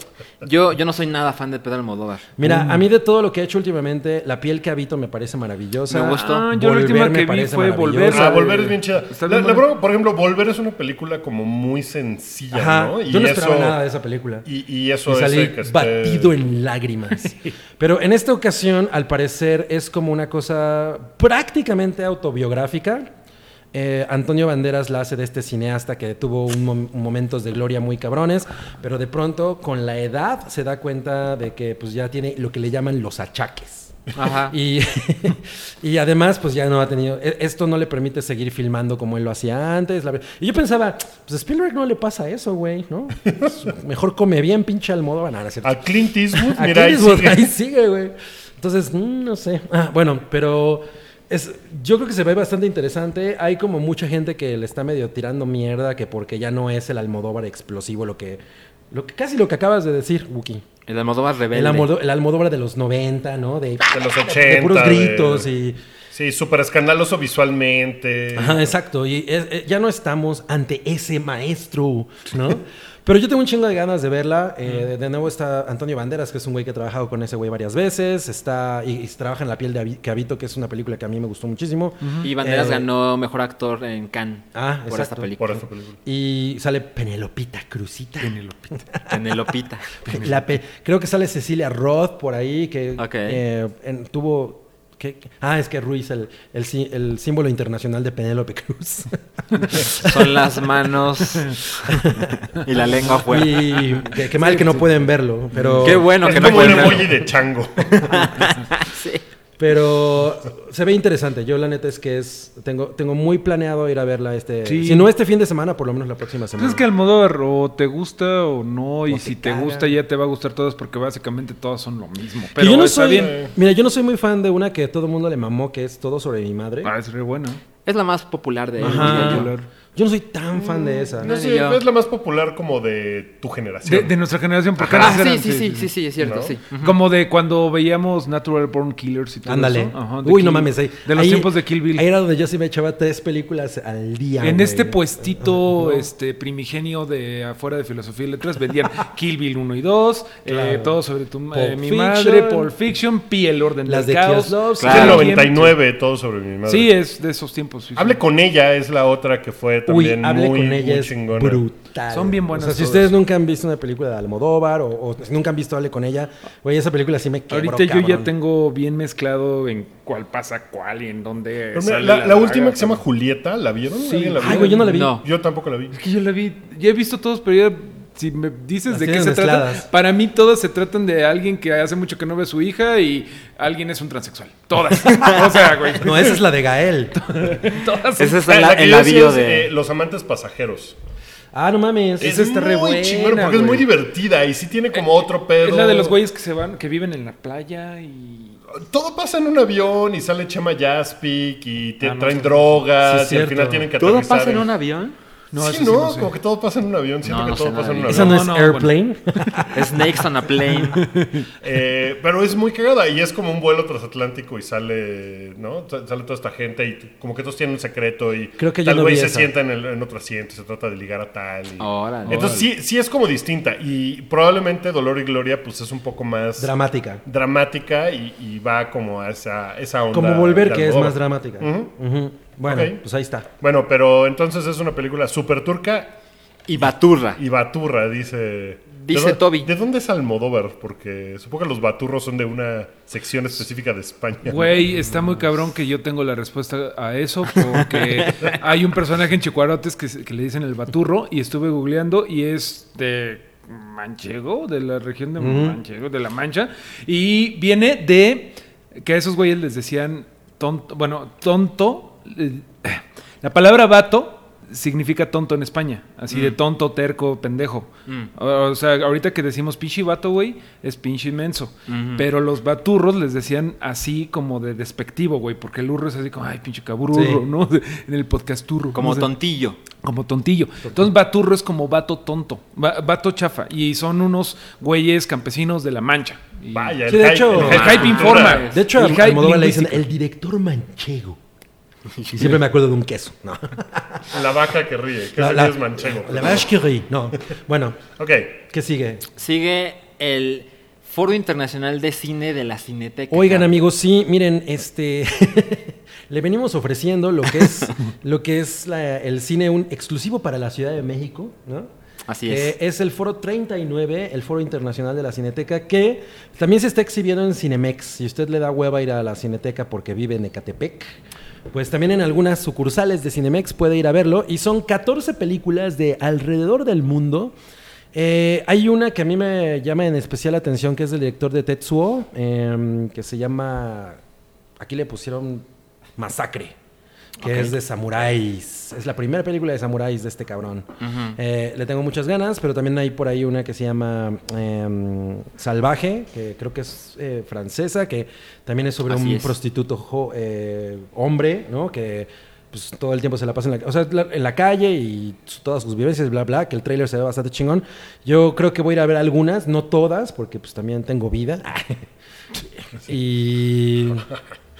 [SPEAKER 4] yo, yo no soy nada fan de Pedro Almodóvar.
[SPEAKER 3] Mira, a mí de todo lo que ha hecho últimamente, La piel que habito me parece maravillosa.
[SPEAKER 4] Me gustó.
[SPEAKER 5] Ah, yo la
[SPEAKER 3] Volver
[SPEAKER 5] última
[SPEAKER 3] me
[SPEAKER 5] que vi
[SPEAKER 3] parece
[SPEAKER 5] fue
[SPEAKER 3] maravilloso.
[SPEAKER 5] Volver.
[SPEAKER 2] Ah,
[SPEAKER 5] Esa,
[SPEAKER 2] Volver
[SPEAKER 5] eh,
[SPEAKER 2] es bien chida.
[SPEAKER 5] está
[SPEAKER 2] La-
[SPEAKER 5] bien
[SPEAKER 2] la
[SPEAKER 5] buena.
[SPEAKER 2] broma, por ejemplo, Volver es una película como muy sencilla,
[SPEAKER 3] Ajá.
[SPEAKER 2] ¿no?
[SPEAKER 3] Yo no esperaba nada de esa película.
[SPEAKER 2] Y, y eso
[SPEAKER 3] y
[SPEAKER 2] es
[SPEAKER 3] salí
[SPEAKER 2] el que esté-
[SPEAKER 3] batido
[SPEAKER 2] *laughs*
[SPEAKER 3] en lágrimas. Pero en esta ocasión, al parecer, es como una cosa prácticamente autobiográfica. Eh, Antonio Banderas la hace de este cineasta que tuvo un mom- momentos de gloria muy cabrones, pero de pronto con la edad se da cuenta de que pues ya tiene lo que le llaman los achaques.
[SPEAKER 4] Ajá.
[SPEAKER 3] Y, *laughs* y además, pues ya no ha tenido. e- Esto no le permite seguir filmando como él lo hacía antes. la ver- y yo pensaba, pues a Spielberg no le pasa eso, güey, ¿no? Pues, *laughs* mejor come bien, pinche Almodóvar. No, no es cierto.
[SPEAKER 2] A Clint Eastwood,
[SPEAKER 3] *laughs* A
[SPEAKER 2] mira, ahí
[SPEAKER 3] Clint Eastwood,
[SPEAKER 2] sigue.
[SPEAKER 3] ahí sigue, güey. Entonces, mm, no sé. Ah, bueno, pero es, yo creo que se ve bastante interesante. Hay como mucha gente que le está medio tirando mierda, que porque ya no es el Almodóvar explosivo, lo que, lo que casi lo que acabas de decir, Wookie.
[SPEAKER 4] El Almodóvar rebelde.
[SPEAKER 3] El, Almodó- el Almodóvar *laughs* de los 90, ¿no? De,
[SPEAKER 2] De los
[SPEAKER 3] de puros
[SPEAKER 2] 80, de-
[SPEAKER 3] gritos y...
[SPEAKER 2] Sí, súper escandaloso visualmente.
[SPEAKER 3] Ajá, exacto. Y es- eh, ya no estamos ante ese maestro, ¿no? Pero yo tengo un chingo de ganas de verla. Eh, de- De nuevo está Antonio Banderas, que es un güey que ha trabajado con ese güey varias veces. Está y, y trabaja en La piel de Habi- que habito, que es una película que a mí me gustó muchísimo.
[SPEAKER 4] Y Banderas
[SPEAKER 3] Eh,
[SPEAKER 4] ganó mejor actor en Cannes
[SPEAKER 3] Ah,
[SPEAKER 4] por esta
[SPEAKER 3] exacto.
[SPEAKER 4] película.
[SPEAKER 2] Por esta película.
[SPEAKER 3] Y sale Penelopita Cruzita.
[SPEAKER 4] Penelopita.
[SPEAKER 3] *laughs* La pe- creo que sale Cecilia Roth por ahí, que
[SPEAKER 4] Ok.
[SPEAKER 3] eh, en- tuvo... que- que- Ah, es que Ruiz, el, el, sí- el símbolo internacional de Penélope Cruz. *laughs*
[SPEAKER 4] Son las manos *laughs* y la lengua afuera.
[SPEAKER 3] Y que, que mal que no pueden verlo, pero...
[SPEAKER 4] Qué bueno
[SPEAKER 2] es
[SPEAKER 4] que no
[SPEAKER 2] como un
[SPEAKER 4] pueden verlo.
[SPEAKER 2] emoji de
[SPEAKER 3] *laughs*
[SPEAKER 2] chango.
[SPEAKER 4] Sí.
[SPEAKER 3] Pero se ve interesante. Yo la neta es que es tengo tengo muy planeado ir a verla este
[SPEAKER 5] Sí. Pues
[SPEAKER 3] si no este fin de semana, por lo menos la próxima semana.
[SPEAKER 5] Es que Almodóvar o te gusta o no, y
[SPEAKER 3] O
[SPEAKER 5] si
[SPEAKER 3] te
[SPEAKER 5] te,
[SPEAKER 3] caga.
[SPEAKER 5] gusta ya te va a gustar todas porque básicamente todas son lo mismo.
[SPEAKER 3] Que
[SPEAKER 5] Pero
[SPEAKER 3] yo no
[SPEAKER 5] está
[SPEAKER 3] soy,
[SPEAKER 5] bien.
[SPEAKER 3] Mira, yo no soy muy fan de una que todo el mundo le mamó que es todo sobre mi madre.
[SPEAKER 5] Ah, es re buena.
[SPEAKER 4] Es la más popular de él.
[SPEAKER 3] Ajá.
[SPEAKER 4] diría yo.
[SPEAKER 3] Yo no soy tan fan de esa.
[SPEAKER 2] No sé,
[SPEAKER 4] yo.
[SPEAKER 2] es la más popular como de tu
[SPEAKER 5] De,
[SPEAKER 2] generación.
[SPEAKER 5] de nuestra generación, porque
[SPEAKER 4] Ah, sí,
[SPEAKER 5] antes eran-
[SPEAKER 4] sí, sí, sí, sí, es cierto,
[SPEAKER 2] ¿No?
[SPEAKER 4] sí.
[SPEAKER 5] Como de cuando veíamos Natural Born Killers y todo
[SPEAKER 3] Ándale.
[SPEAKER 5] eso. Ajá, de
[SPEAKER 3] Uy, no
[SPEAKER 5] Kill-
[SPEAKER 3] mames. Ahí,
[SPEAKER 5] De los
[SPEAKER 3] ahí-
[SPEAKER 5] tiempos de Kill Bill.
[SPEAKER 3] Ahí era donde yo sí me echaba tres películas al día.
[SPEAKER 5] En
[SPEAKER 3] güey.
[SPEAKER 5] este puestito este primigenio de afuera de filosofía y letras vendían
[SPEAKER 3] *laughs*
[SPEAKER 5] Kill Bill 1 y 2, eh,
[SPEAKER 3] Claro.
[SPEAKER 5] todo sobre tu ma-
[SPEAKER 3] Pulp
[SPEAKER 5] eh, mi
[SPEAKER 3] Fiction.
[SPEAKER 5] madre, Pulp Fiction, Pi, el orden
[SPEAKER 3] Las
[SPEAKER 5] del
[SPEAKER 3] de
[SPEAKER 5] caos.
[SPEAKER 3] Kieslowski.
[SPEAKER 2] Es del
[SPEAKER 4] Claro.
[SPEAKER 2] 99, todo sobre mi madre.
[SPEAKER 5] Sí, es de esos tiempos. sí, sí.
[SPEAKER 2] Hable con ella es la otra que fue
[SPEAKER 3] Uy,
[SPEAKER 2] también
[SPEAKER 3] hable
[SPEAKER 2] muy,
[SPEAKER 3] con ella
[SPEAKER 2] muy
[SPEAKER 3] es
[SPEAKER 2] chingona.
[SPEAKER 3] brutal.
[SPEAKER 5] Son bien buenas
[SPEAKER 3] O sea, si
[SPEAKER 5] todas.
[SPEAKER 3] ustedes nunca han visto una película de Almodóvar o, o si nunca han visto Hable con ella, güey, esa película sí me quebró,
[SPEAKER 5] Ahorita yo ya
[SPEAKER 3] cabrón.
[SPEAKER 5] tengo bien mezclado en cuál pasa cuál y en dónde.
[SPEAKER 2] Pero mira,
[SPEAKER 5] Eh, sale
[SPEAKER 2] la, la última
[SPEAKER 5] daga,
[SPEAKER 2] que se llama
[SPEAKER 5] pero-
[SPEAKER 2] Julieta, ¿la vieron?
[SPEAKER 5] Sí.
[SPEAKER 2] ¿Alguien la
[SPEAKER 3] Ay, güey, yo no la vi.
[SPEAKER 4] No.
[SPEAKER 2] Yo tampoco la vi.
[SPEAKER 5] Es que yo la vi, ya he visto todos, pero ya si me dices
[SPEAKER 3] Las
[SPEAKER 5] de qué
[SPEAKER 3] tienes
[SPEAKER 5] se
[SPEAKER 3] mezcladas.
[SPEAKER 5] trata, para mí todas se tratan de alguien que hace mucho que no ve a su hija y alguien es un transexual. Todas. o sea, güey.
[SPEAKER 3] No, esa es la de Gael.
[SPEAKER 5] Todas.
[SPEAKER 4] Esa es
[SPEAKER 2] Ah,
[SPEAKER 4] la,
[SPEAKER 2] que
[SPEAKER 4] el
[SPEAKER 2] yo decía
[SPEAKER 4] avión
[SPEAKER 2] es,
[SPEAKER 4] de...
[SPEAKER 2] eh, Los amantes pasajeros.
[SPEAKER 3] Ah, no mames.
[SPEAKER 2] Es
[SPEAKER 3] Esa está re
[SPEAKER 2] muy
[SPEAKER 3] buena,
[SPEAKER 2] chingona porque es muy
[SPEAKER 3] güey.
[SPEAKER 2] divertida y sí tiene como otro pedo.
[SPEAKER 5] Es la de los güeyes que se van, que viven en la playa y.
[SPEAKER 2] Todo pasa en un avión y sale Chema Jaspic y te
[SPEAKER 5] Ah, no
[SPEAKER 2] traen
[SPEAKER 5] sé.
[SPEAKER 2] drogas
[SPEAKER 3] Sí,
[SPEAKER 2] y
[SPEAKER 3] es
[SPEAKER 2] al final
[SPEAKER 3] cierto.
[SPEAKER 2] tienen que
[SPEAKER 4] ¿Todo
[SPEAKER 2] aterrizar
[SPEAKER 4] pasa en un avión?
[SPEAKER 5] No, eso
[SPEAKER 2] sí,
[SPEAKER 5] sí
[SPEAKER 2] no,
[SPEAKER 5] no sé.
[SPEAKER 2] como que todo pasa en un avión. Siento
[SPEAKER 4] No, no
[SPEAKER 2] que todo
[SPEAKER 4] sé
[SPEAKER 2] pasa en un
[SPEAKER 4] nada.
[SPEAKER 2] avión.
[SPEAKER 3] Esa no,
[SPEAKER 5] No,
[SPEAKER 3] es
[SPEAKER 5] no,
[SPEAKER 2] *laughs*
[SPEAKER 3] Airplane.
[SPEAKER 4] Snakes on a plane.
[SPEAKER 2] Eh, pero es muy cagada y es como un vuelo transatlántico y sale, ¿no? Sa- Sale toda esta gente y t- como que todos tienen un secreto y
[SPEAKER 3] Creo que yo
[SPEAKER 2] tal
[SPEAKER 3] no
[SPEAKER 2] güey
[SPEAKER 3] vi
[SPEAKER 2] se
[SPEAKER 3] esa.
[SPEAKER 2] sienta en, el- en otro asiento, se trata de ligar a tal. y-
[SPEAKER 4] Órale.
[SPEAKER 2] Entonces sí, sí es como distinta y probablemente Dolor y Gloria pues es un poco más
[SPEAKER 3] dramática.
[SPEAKER 2] dramática y, y va como a esa, esa onda.
[SPEAKER 3] Como Volver,
[SPEAKER 2] de
[SPEAKER 3] que es
[SPEAKER 2] Almodóvar.
[SPEAKER 3] más dramática.
[SPEAKER 2] Ujú.
[SPEAKER 3] Ujú. Bueno,
[SPEAKER 2] Ok.
[SPEAKER 3] pues ahí está.
[SPEAKER 2] Bueno, pero entonces es una película súper turca
[SPEAKER 4] Y Baturra.
[SPEAKER 2] y baturra, dice...
[SPEAKER 4] Dice
[SPEAKER 2] ¿De dó-
[SPEAKER 4] Toby.
[SPEAKER 2] ¿De dónde es Almodóvar? Porque supongo que los baturros son de una sección específica de España.
[SPEAKER 5] Güey, está muy cabrón que yo tengo la respuesta a eso porque hay un personaje en Chicuarotes que, se- que le dicen el baturro y estuve googleando y es de Manchego, de la región de Manchego, de la Mancha, y viene de que a esos güeyes les decían tonto, bueno, tonto, eh, la palabra vato significa tonto en España, así de tonto, terco, pendejo. O, o sea, ahorita que decimos pinche vato, güey, es pinche inmenso. Pero los baturros les decían así como de despectivo, güey, porque el urro es así como, ay, pinche caburro,
[SPEAKER 3] Sí.
[SPEAKER 5] ¿no? *laughs* De- en el podcast turro.
[SPEAKER 4] Como
[SPEAKER 5] tonto
[SPEAKER 4] tontillo.
[SPEAKER 5] como tontillo. Entonces, baturro es como vato tonto, va- vato chafa. Y son unos güeyes campesinos de la mancha. Y-
[SPEAKER 2] Vaya,
[SPEAKER 3] Sí, de
[SPEAKER 2] hype-
[SPEAKER 3] hecho-
[SPEAKER 5] El hype
[SPEAKER 2] cultural.
[SPEAKER 5] informa.
[SPEAKER 3] De hecho, a
[SPEAKER 5] El hype
[SPEAKER 3] Almodóvar le dicen
[SPEAKER 5] lingüístico.
[SPEAKER 3] el
[SPEAKER 2] *laughs*
[SPEAKER 3] director manchego. Y siempre me acuerdo de un queso. No.
[SPEAKER 2] La vaca que ríe, que
[SPEAKER 3] La-
[SPEAKER 2] ese
[SPEAKER 3] la-
[SPEAKER 2] es manchego.
[SPEAKER 3] La vache que ríe. No. Bueno,
[SPEAKER 2] Ok,
[SPEAKER 3] ¿qué sigue?
[SPEAKER 4] Sigue el Foro Internacional de Cine de la Cineteca.
[SPEAKER 3] Oigan, amigos, sí, miren, este *laughs* le venimos ofreciendo lo que es lo que es la- el cine un exclusivo para la Ciudad de México, ¿no?
[SPEAKER 4] Así
[SPEAKER 3] Que
[SPEAKER 4] es.
[SPEAKER 3] Eh, Es el Foro 39, el Foro Internacional de la Cineteca, que también se está exhibiendo en Cinemex. Si usted le da hueva ir a la Cineteca porque vive en Ecatepec, pues también en algunas sucursales de Cinemex puede ir a verlo. Y son 14 películas de alrededor del mundo. Eh, hay una que a mí me llama en especial la atención, que es del director de Tetsuo, em, que se llama... Aquí le pusieron Masacre, que
[SPEAKER 4] Ok.
[SPEAKER 3] es de samuráis. Es la primera película de samuráis de este cabrón. Eh, le tengo muchas ganas, pero también hay por ahí una que se llama em, Salvaje, que creo que es eh, francesa, que también es sobre
[SPEAKER 4] Así
[SPEAKER 3] un
[SPEAKER 4] es.
[SPEAKER 3] prostituto jo- eh, hombre, ¿no? Que pues, todo el tiempo se la pasa en la, o sea, la- en la calle y su- todas sus vivencias, bla, bla, que el tráiler se ve bastante chingón. Yo creo que voy a ir a ver algunas, no todas, porque pues también tengo vida. *laughs* y...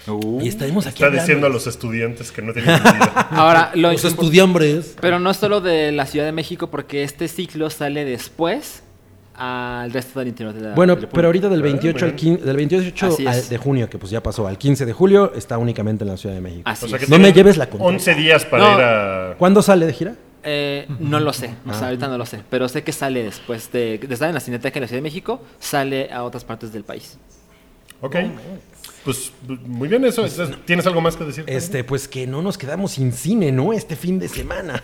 [SPEAKER 4] Uh.
[SPEAKER 3] Y estaremos aquí.
[SPEAKER 2] Está
[SPEAKER 3] hablando.
[SPEAKER 2] diciendo a los estudiantes que no tienen
[SPEAKER 3] *laughs*
[SPEAKER 2] vida.
[SPEAKER 4] Ahora, lo Ah,
[SPEAKER 3] Los
[SPEAKER 4] impor-
[SPEAKER 3] estudiambres.
[SPEAKER 4] Pero no solo de la Ciudad de México, porque este ciclo sale después al resto del interior de la
[SPEAKER 3] Bueno,
[SPEAKER 4] de la
[SPEAKER 3] pero ahorita del
[SPEAKER 2] Claro,
[SPEAKER 3] 28, al
[SPEAKER 2] bueno.
[SPEAKER 3] 15 del 28
[SPEAKER 4] Ah, Así
[SPEAKER 3] al-
[SPEAKER 4] es.
[SPEAKER 3] de junio, que pues ya pasó, al 15 de julio, está únicamente en la Ciudad de México.
[SPEAKER 4] Así
[SPEAKER 2] O sea que
[SPEAKER 4] es.
[SPEAKER 3] No me
[SPEAKER 2] tienen
[SPEAKER 3] lleves la contraria.
[SPEAKER 2] 11 días para
[SPEAKER 4] No.
[SPEAKER 2] ir a.
[SPEAKER 3] ¿Cuándo sale de gira?
[SPEAKER 4] Eh, no lo sé, o sea, ahorita no lo sé, pero sé que sale después de, de estar en la Cineteca de la Ciudad de México, sale a otras partes del país.
[SPEAKER 2] Ok. Pues muy bien, eso. eso es- ¿Tienes algo más que decir? *laughs*
[SPEAKER 3] Este, pues que no nos quedamos sin cine, ¿no? Este fin de
[SPEAKER 4] *laughs*
[SPEAKER 3] semana.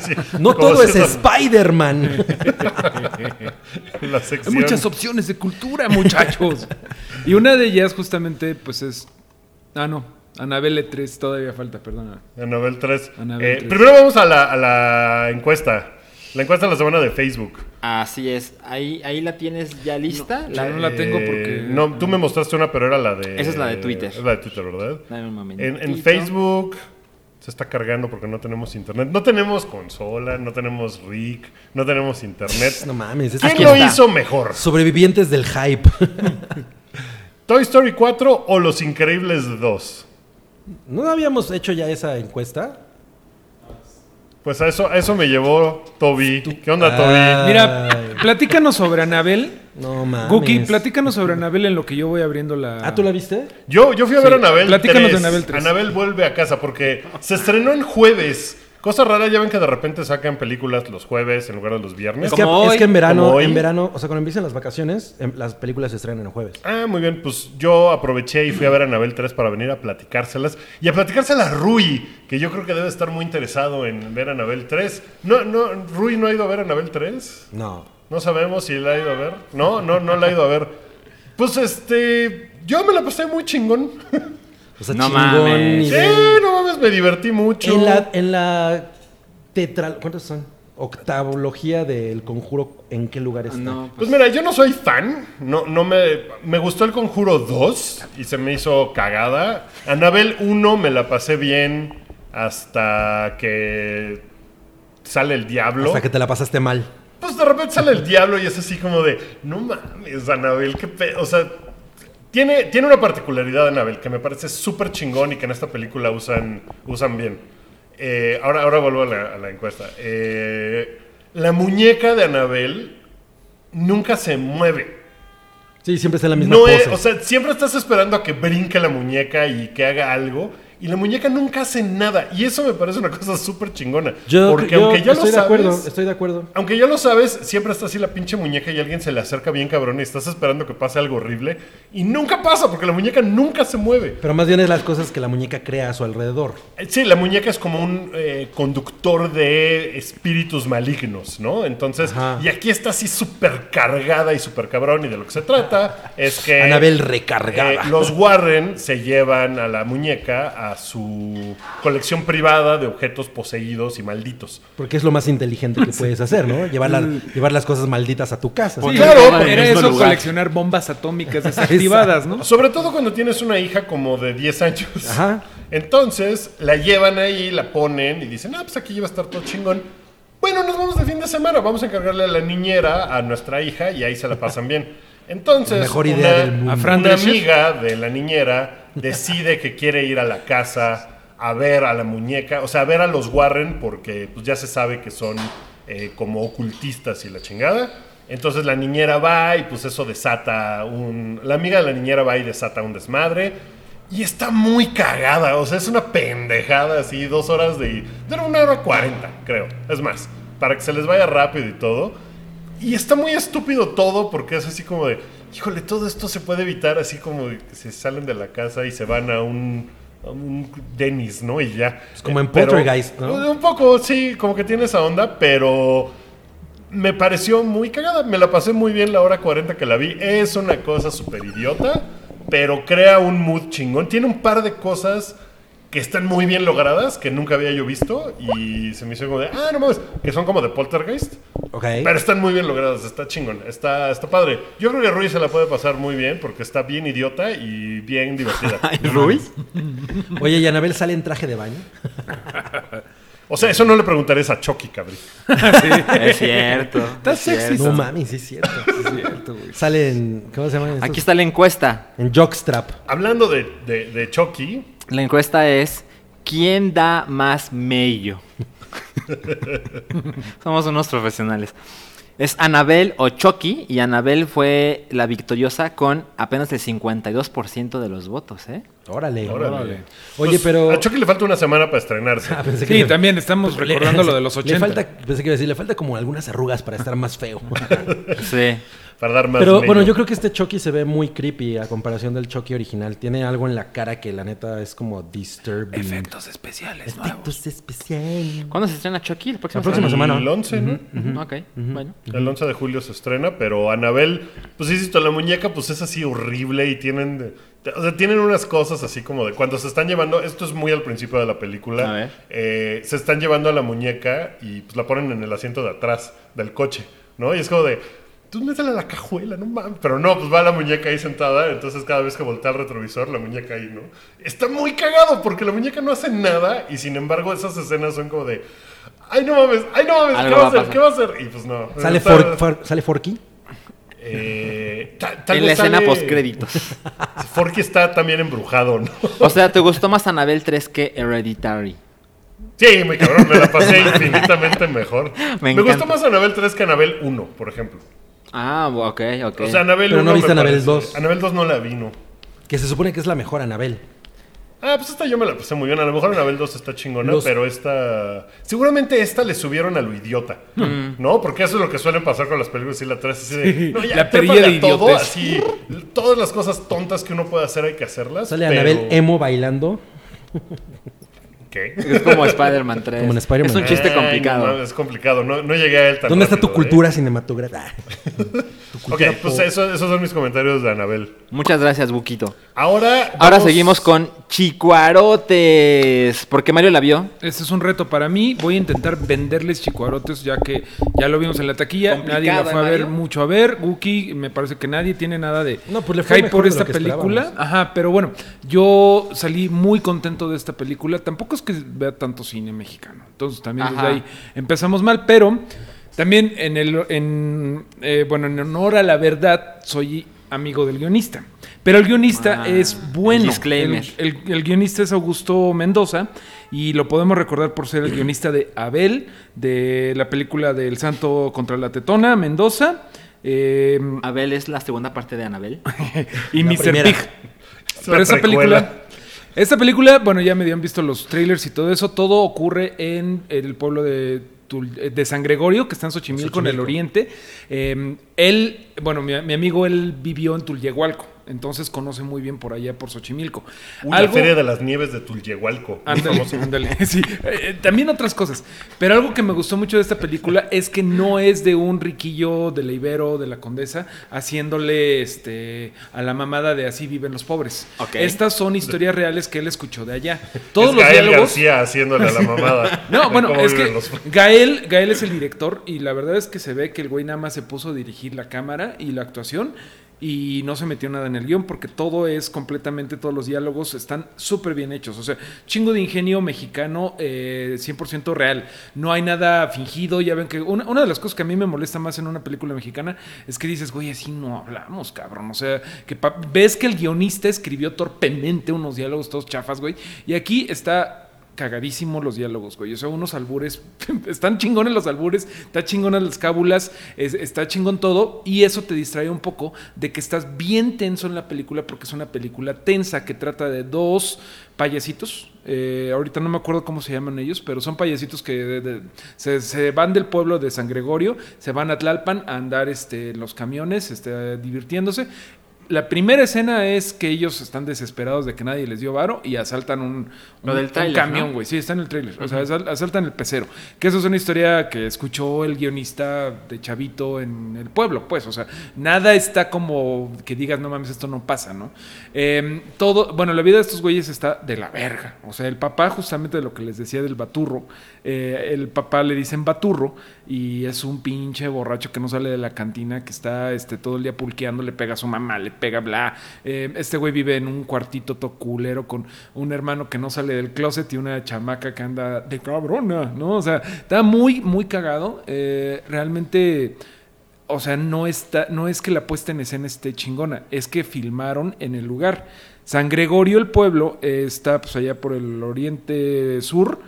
[SPEAKER 2] Sí.
[SPEAKER 3] No
[SPEAKER 2] Como
[SPEAKER 3] todo es
[SPEAKER 2] si eso-
[SPEAKER 3] Spider-Man.
[SPEAKER 2] La
[SPEAKER 5] Hay
[SPEAKER 2] sección.
[SPEAKER 5] muchas opciones de cultura, muchachos. *laughs* y una de ellas justamente, pues es... Ah, no. Anabel 3 todavía falta, perdona.
[SPEAKER 2] Anabel 3.
[SPEAKER 5] Anabel
[SPEAKER 2] Eh,
[SPEAKER 5] tres.
[SPEAKER 2] Primero vamos a la, a la encuesta. La encuesta de la semana de Facebook.
[SPEAKER 4] Así es, ahí, ahí la tienes ya lista.
[SPEAKER 5] yo no
[SPEAKER 4] la,
[SPEAKER 5] la tengo porque-
[SPEAKER 2] Eh, No, tú me mostraste una, pero era la de.
[SPEAKER 4] Esa es la de Twitter.
[SPEAKER 2] Es la de Twitter, ¿verdad?
[SPEAKER 4] Dame un momentito.
[SPEAKER 2] En, en Facebook se está cargando porque no tenemos internet. No tenemos consola, no tenemos rig, no tenemos internet.
[SPEAKER 3] *laughs* no mames. es-
[SPEAKER 2] ¿Quién
[SPEAKER 4] Aquí
[SPEAKER 2] lo
[SPEAKER 4] está.
[SPEAKER 2] hizo mejor?
[SPEAKER 3] Sobrevivientes del hype. *laughs*
[SPEAKER 2] ¿Toy Story 4 o Los Increíbles 2?
[SPEAKER 3] ¿No habíamos hecho ya esa encuesta?
[SPEAKER 2] Pues a eso, a eso me llevó Toby. ¿Qué onda,
[SPEAKER 3] Ah.
[SPEAKER 2] Toby?
[SPEAKER 5] Mira,
[SPEAKER 3] Ay.
[SPEAKER 5] platícanos sobre Anabel.
[SPEAKER 3] No mames.
[SPEAKER 5] Guki, platícanos sobre Anabel en lo que yo voy abriendo la...
[SPEAKER 3] Ah, ¿tú la viste?
[SPEAKER 2] Yo, yo fui a
[SPEAKER 5] Sí,
[SPEAKER 2] ver a Anabel.
[SPEAKER 5] platícanos
[SPEAKER 2] 3.
[SPEAKER 5] de Anabel 3.
[SPEAKER 2] Anabel vuelve a casa porque se estrenó en jueves. Cosa rara, ya ven que de repente sacan películas los jueves en lugar de los viernes.
[SPEAKER 3] Es que,
[SPEAKER 4] Pues Como
[SPEAKER 3] es
[SPEAKER 4] hoy,
[SPEAKER 3] que en
[SPEAKER 2] como
[SPEAKER 3] verano,
[SPEAKER 2] hoy.
[SPEAKER 3] en verano, o sea, cuando empiezan las vacaciones, em- las películas se estrenan en jueves.
[SPEAKER 2] Ah, muy bien, pues yo aproveché y fui a ver a Anabel 3 para venir a platicárselas. Y a platicárselas a Rui, que yo creo que debe estar muy interesado en ver a Anabel 3. No, no, Rui no ha ido a ver a Anabel 3.
[SPEAKER 3] No.
[SPEAKER 2] No sabemos si la ha ido a ver. No, no, no la ha ido a ver. Pues este. Yo me la pasé muy chingón.
[SPEAKER 3] O sea,
[SPEAKER 4] No
[SPEAKER 3] chingón
[SPEAKER 4] mames.
[SPEAKER 2] Sí,
[SPEAKER 3] nivel.
[SPEAKER 2] no mames, me divertí mucho.
[SPEAKER 3] En la, en la tetral... ¿Cuántos son? Octavología del conjuro, ¿en qué lugar está?
[SPEAKER 4] No,
[SPEAKER 2] Pues mira, yo no soy fan. No, no me. Me gustó el conjuro 2 y se me hizo cagada. Anabel 1 me la pasé bien hasta que sale el diablo.
[SPEAKER 3] Hasta que te la pasaste mal.
[SPEAKER 2] Pues de repente sale el diablo y es así como de. No mames, Anabel, qué pe. O sea. Tiene, tiene una particularidad, Anabel, que me parece súper chingón y que en esta película usan, usan bien. Eh, ahora, ahora vuelvo a la, a la encuesta. Eh, la muñeca de Anabel nunca se mueve.
[SPEAKER 3] Sí, siempre está en la misma
[SPEAKER 2] No
[SPEAKER 3] pose.
[SPEAKER 2] es, o sea, siempre estás esperando a que brinque la muñeca y que haga algo. Y la muñeca nunca hace nada. Y eso me parece una cosa súper chingona.
[SPEAKER 3] yo,
[SPEAKER 2] Porque
[SPEAKER 3] yo
[SPEAKER 2] aunque ya
[SPEAKER 3] estoy
[SPEAKER 2] lo
[SPEAKER 3] de acuerdo,
[SPEAKER 2] sabes-
[SPEAKER 3] estoy de acuerdo.
[SPEAKER 2] aunque ya lo sabes, siempre está así la pinche muñeca y alguien se le acerca bien cabrón y estás esperando que pase algo horrible. Y nunca pasa porque la muñeca nunca se mueve.
[SPEAKER 3] Pero más bien es las cosas que la muñeca crea a su alrededor.
[SPEAKER 2] Eh, Sí, la muñeca es como un eh, conductor de espíritus malignos, ¿no? Entonces,
[SPEAKER 3] Ajá.
[SPEAKER 2] y aquí está así súper cargada y súper cabrón y de lo que se trata es que...
[SPEAKER 3] Anabel
[SPEAKER 2] Eh,
[SPEAKER 3] recargada.
[SPEAKER 2] los Warren se llevan a la muñeca a su colección privada de objetos poseídos y malditos.
[SPEAKER 3] Porque es lo más
[SPEAKER 2] *laughs*
[SPEAKER 3] inteligente que puedes hacer, ¿no? Llevar, la-
[SPEAKER 2] Mm.
[SPEAKER 3] llevar las cosas malditas a tu casa.
[SPEAKER 5] Sí,
[SPEAKER 3] ¿no?
[SPEAKER 2] Claro,
[SPEAKER 5] era-
[SPEAKER 2] porque
[SPEAKER 5] era
[SPEAKER 4] en el
[SPEAKER 5] eso
[SPEAKER 4] mismo lugar.
[SPEAKER 5] coleccionar
[SPEAKER 3] *laughs*
[SPEAKER 5] bombas atómicas desactivadas, ¿no?
[SPEAKER 2] Sobre todo cuando tienes una hija como de 10 años.
[SPEAKER 3] Ajá.
[SPEAKER 2] Entonces la llevan ahí, la ponen y dicen, ah, pues aquí ya va a estar todo chingón. Bueno, nos vamos de fin de semana, vamos a encargarle a la niñera, a nuestra hija, y ahí se la pasan bien. Entonces,
[SPEAKER 3] La mejor idea del mundo.
[SPEAKER 5] A Fran
[SPEAKER 2] una
[SPEAKER 5] Drescher.
[SPEAKER 2] amiga de la niñera decide que quiere ir a la casa a ver a la muñeca, o sea, a ver a los Warren, porque pues, ya se sabe que son eh, como ocultistas y la chingada. Entonces la niñera va y pues eso desata un... La amiga de la niñera va y desata un desmadre. Y está muy cagada, o sea, es una pendejada así, dos horas de... Era una hora cuarenta, creo. Es más, para que se les vaya rápido y todo. Y está muy estúpido todo porque es así como de... Híjole, todo esto se puede evitar así como de que se salen de la casa y se van a un... a un Dennis, ¿no? Y ya. Es
[SPEAKER 3] como en Poltergeist, ¿no?
[SPEAKER 2] Un poco, sí, como que tiene esa onda, pero... Me pareció muy cagada, me la pasé muy bien la hora 40 que la vi. Es una cosa súper idiota, pero crea un mood chingón. Tiene un par de cosas que están muy bien logradas, que nunca había yo visto, y se me hizo como de, ah, no mames, que son como de poltergeist,
[SPEAKER 3] Ok.
[SPEAKER 2] pero están muy bien logradas, está chingón, está, está padre. Yo creo que Rui se la puede pasar muy bien, porque está bien idiota y bien
[SPEAKER 4] *laughs*
[SPEAKER 2] divertida.
[SPEAKER 5] *laughs*
[SPEAKER 4] Ay, Rui.
[SPEAKER 2] *laughs*
[SPEAKER 3] Oye, ¿y Anabel sale en traje de baño?
[SPEAKER 2] O sea, eso no le preguntarías a Chucky, cabrón.
[SPEAKER 4] Es cierto.
[SPEAKER 5] *laughs* Está
[SPEAKER 4] es
[SPEAKER 5] sexy.
[SPEAKER 4] cierto.
[SPEAKER 3] No mames, sí
[SPEAKER 2] *laughs*
[SPEAKER 3] es cierto. sí es cierto. Sale en. ¿Cómo se llama? en
[SPEAKER 4] Aquí
[SPEAKER 3] estos-
[SPEAKER 4] está la encuesta.
[SPEAKER 3] En Jockstrap.
[SPEAKER 2] Hablando de, de- de Chucky,
[SPEAKER 4] La encuesta es ¿Quién da más mello? *laughs* Somos unos profesionales. Es Anabel o Chucky y Anabel fue la victoriosa con apenas el 52% de los votos, ¿eh?
[SPEAKER 3] Órale.
[SPEAKER 2] Órale.
[SPEAKER 3] Oye,
[SPEAKER 2] pues,
[SPEAKER 3] pero.
[SPEAKER 2] A Chucky le falta una semana para
[SPEAKER 3] *laughs*
[SPEAKER 2] estrenarse.
[SPEAKER 3] Ah, pensé que
[SPEAKER 5] Sí,
[SPEAKER 3] le-
[SPEAKER 5] también estamos
[SPEAKER 3] le-
[SPEAKER 5] recordando lo de los 80.
[SPEAKER 3] Le falta, pensé que iba a decir, le falta como algunas arrugas para estar más
[SPEAKER 2] *laughs*
[SPEAKER 3] feo.
[SPEAKER 4] Sí.
[SPEAKER 2] Para dar más.
[SPEAKER 3] *laughs* Pero
[SPEAKER 2] medio.
[SPEAKER 3] bueno, yo creo que este Chucky se ve muy creepy a comparación del Chucky original. Tiene algo en la cara que la neta es como disturbing.
[SPEAKER 5] Efectos especiales nuevos.
[SPEAKER 3] Efectos especiales.
[SPEAKER 4] ¿Cuándo se estrena Chucky? ¿El próximo
[SPEAKER 3] La próxima
[SPEAKER 2] El
[SPEAKER 3] semana.
[SPEAKER 2] 11, ¿no?
[SPEAKER 4] Ok, bueno.
[SPEAKER 2] El 11 de julio se estrena, pero Anabel, pues insisto, la muñeca pues es así horrible y tienen, o sea, tienen unas cosas así como de cuando se están llevando, esto es muy al principio de la
[SPEAKER 4] A ver.
[SPEAKER 2] película, eh, se están llevando a la muñeca y pues la ponen en el asiento de atrás del coche, ¿no? Y es como de, tú métela a la cajuela, no mames, pero no, pues va la muñeca ahí sentada, entonces cada vez que voltea el retrovisor, la muñeca ahí, ¿no? Está muy cagado porque la muñeca no hace nada y sin embargo esas escenas son como de... Ay, no mames, ay, no mames,
[SPEAKER 4] Algo
[SPEAKER 2] ¿qué va
[SPEAKER 4] va
[SPEAKER 2] a
[SPEAKER 4] a
[SPEAKER 2] hacer?
[SPEAKER 4] pasar.
[SPEAKER 2] ¿Qué va a hacer? Y pues no.
[SPEAKER 3] ¿Sale,
[SPEAKER 2] Está-
[SPEAKER 3] For- For- ¿Sale Forky?
[SPEAKER 4] *laughs*
[SPEAKER 2] eh, ta- tal
[SPEAKER 4] En la
[SPEAKER 2] vez
[SPEAKER 4] escena
[SPEAKER 2] sale- *laughs*
[SPEAKER 4] postcréditos.
[SPEAKER 2] Forky está también embrujado, ¿no? *laughs*
[SPEAKER 4] O sea, ¿te gustó más Anabel 3 que Hereditary?
[SPEAKER 2] Sí, me cabrón, me la
[SPEAKER 4] *laughs*
[SPEAKER 2] pasé infinitamente mejor. Me,
[SPEAKER 4] Me
[SPEAKER 2] gustó
[SPEAKER 4] encanta.
[SPEAKER 2] más Anabel 3 que Anabel 1, por ejemplo.
[SPEAKER 4] Ah, ok, ok.
[SPEAKER 2] O sea, Anabel
[SPEAKER 3] Pero
[SPEAKER 2] 1
[SPEAKER 3] no viste
[SPEAKER 2] me
[SPEAKER 3] Anabel
[SPEAKER 2] parece-
[SPEAKER 3] 2.
[SPEAKER 2] Anabel 2 no la vino.
[SPEAKER 3] Que se supone que es la mejor Anabel.
[SPEAKER 2] Ah, pues esta yo me la pasé muy bien. A lo mejor Anabel 2 está chingona,
[SPEAKER 3] Los-
[SPEAKER 2] pero esta. Seguramente esta le subieron a lo idiota.
[SPEAKER 4] Mm.
[SPEAKER 2] ¿No? Porque eso es lo que suelen pasar con las películas y la 3. Así de, no, ya,
[SPEAKER 5] la perilla
[SPEAKER 2] trépale
[SPEAKER 5] de
[SPEAKER 2] a todo,
[SPEAKER 5] idiotez.
[SPEAKER 2] así, Todas las cosas tontas que uno puede hacer hay que hacerlas.
[SPEAKER 3] Sale
[SPEAKER 2] pero-
[SPEAKER 3] Anabel emo bailando.
[SPEAKER 2] ¿Qué?
[SPEAKER 4] es como Spider-Man 3.
[SPEAKER 3] Como en Spider-Man.
[SPEAKER 4] Es un *laughs* chiste
[SPEAKER 2] Ay,
[SPEAKER 4] complicado.
[SPEAKER 2] Eh, no, es complicado, no, no llegué a él tan
[SPEAKER 3] ¿Dónde está tu
[SPEAKER 2] rápido, ¿eh?
[SPEAKER 3] cultura cinematográfica?
[SPEAKER 5] Ah,
[SPEAKER 3] Tu
[SPEAKER 2] Ok,
[SPEAKER 3] cultura
[SPEAKER 2] pues
[SPEAKER 3] pop.
[SPEAKER 2] eso- esos son mis comentarios de Anabel.
[SPEAKER 4] Muchas gracias, Buquito.
[SPEAKER 2] Ahora,
[SPEAKER 4] Ahora
[SPEAKER 2] vamos-
[SPEAKER 4] seguimos con Chicuarotes. Porque Mario la vio.
[SPEAKER 5] Este es un reto para mí. Voy a intentar venderles chicuarotes, ya que ya lo vimos en la taquilla.
[SPEAKER 4] Complicado,
[SPEAKER 5] nadie la fue
[SPEAKER 4] ¿eh,
[SPEAKER 5] a ver
[SPEAKER 4] Mario?
[SPEAKER 5] mucho a ver. Guki, me parece que nadie tiene nada de
[SPEAKER 3] No, pues le fue mejor
[SPEAKER 5] por
[SPEAKER 3] de
[SPEAKER 5] esta
[SPEAKER 3] lo que
[SPEAKER 5] película.
[SPEAKER 3] esperábamos.
[SPEAKER 5] Ajá, pero bueno, yo salí muy contento de esta película. Tampoco es que vea tanto cine mexicano. Entonces también desde
[SPEAKER 4] Ajá.
[SPEAKER 5] ahí empezamos mal, pero también en el en eh, bueno, en honor a la verdad, soy amigo del guionista. Pero el guionista
[SPEAKER 4] Ah,
[SPEAKER 5] es bueno.
[SPEAKER 4] el disclaimer.
[SPEAKER 5] El- el, el guionista es Augusto Mendoza y lo podemos recordar por ser el guionista de Abel, de la película del Santo contra la Tetona, Mendoza, eh,
[SPEAKER 4] Abel es la segunda parte de *laughs* Anabel.
[SPEAKER 5] y
[SPEAKER 3] La
[SPEAKER 5] Mr.
[SPEAKER 3] primera.
[SPEAKER 5] Pig.
[SPEAKER 2] Es la
[SPEAKER 5] Pero esa
[SPEAKER 2] precuela.
[SPEAKER 5] película, esta película, bueno, ya me habían visto los trailers y todo eso, todo ocurre en el pueblo de, Tul- de San Gregorio, que está en Xochimilco, en el oriente. Eh, él, bueno, mi, mi amigo, él vivió en Tulyehualco, entonces conoce muy bien por allá, por Xochimilco.
[SPEAKER 2] Uy, la Feria de las Nieves de Tulyehualco. muy
[SPEAKER 5] Ándale,
[SPEAKER 2] famosa.
[SPEAKER 5] *laughs* ándale, sí. Eh, también otras cosas. Pero algo que me gustó mucho de esta película es que no es de un riquillo de la Ibero, de la Condesa, haciéndole este a la mamada de así viven los pobres.
[SPEAKER 4] Ok.
[SPEAKER 5] Estas son historias reales que él escuchó
[SPEAKER 2] *laughs*
[SPEAKER 5] de allá.
[SPEAKER 2] es
[SPEAKER 5] Todos los
[SPEAKER 2] Gael
[SPEAKER 5] diálogos.
[SPEAKER 2] García haciéndole a la mamada.
[SPEAKER 5] *laughs* No,
[SPEAKER 2] *laughs* de
[SPEAKER 5] bueno,
[SPEAKER 2] cómo
[SPEAKER 5] es
[SPEAKER 2] viven
[SPEAKER 5] que *laughs*
[SPEAKER 2] los-
[SPEAKER 5] Gael, Gael es el director y la verdad es que se ve que el güey nada más se puso a dirigir la cámara y la actuación y no se metió nada en el guión porque todo es completamente, todos los diálogos están súper bien hechos. O sea, chingo de ingenio mexicano eh, 100% real. No hay nada fingido. Ya ven que una, una de las cosas que a mí me molesta más en una película mexicana es que dices, güey, así no hablamos, cabrón. O sea, que pa- ves que el guionista escribió torpemente unos diálogos todos chafas, güey. Y aquí está cagadísimo los diálogos, güey. O sea, unos albures, *laughs* están chingones los albures, está chingonas las cábulas, es- está chingón todo, y eso te distrae un poco de que estás bien tenso en la película, porque es una película tensa que trata de dos payasitos. eh, ahorita no me acuerdo cómo se llaman ellos, pero son payasitos que de- de- se, se van del pueblo de San Gregorio, se van a Tlalpan a andar este, en los camiones, este, divirtiéndose. La primera escena es que ellos están desesperados de que nadie les dio varo y asaltan un,
[SPEAKER 4] Lo
[SPEAKER 5] un-
[SPEAKER 4] del
[SPEAKER 5] un
[SPEAKER 4] tráiler,
[SPEAKER 5] camión,
[SPEAKER 4] ¿no?
[SPEAKER 5] güey. Sí, está en el trailer. O sea, asal- asaltan el pecero. Que eso es una historia que escuchó el guionista de Chavito en el pueblo, pues. O sea, nada está como que digas, no mames, esto no pasa, ¿no? Eh, todo, bueno, la vida de estos güeyes está de la verga. O sea, el papá, justamente de lo que les decía del baturro, eh, el papá le dicen baturro y es un pinche borracho que no sale de la cantina, que está este, todo el día pulqueando, le pega a su mamá, le pega, bla. Eh, este güey vive en un cuartito todo culero con un hermano que no sale del closet y una chamaca que anda de cabrona, ¿no? O sea, está muy, muy cagado. Eh, realmente. O sea, no está, no es que la puesta en escena esté chingona, es que filmaron en el lugar. San Gregorio, el pueblo, eh, está pues allá por el oriente sur.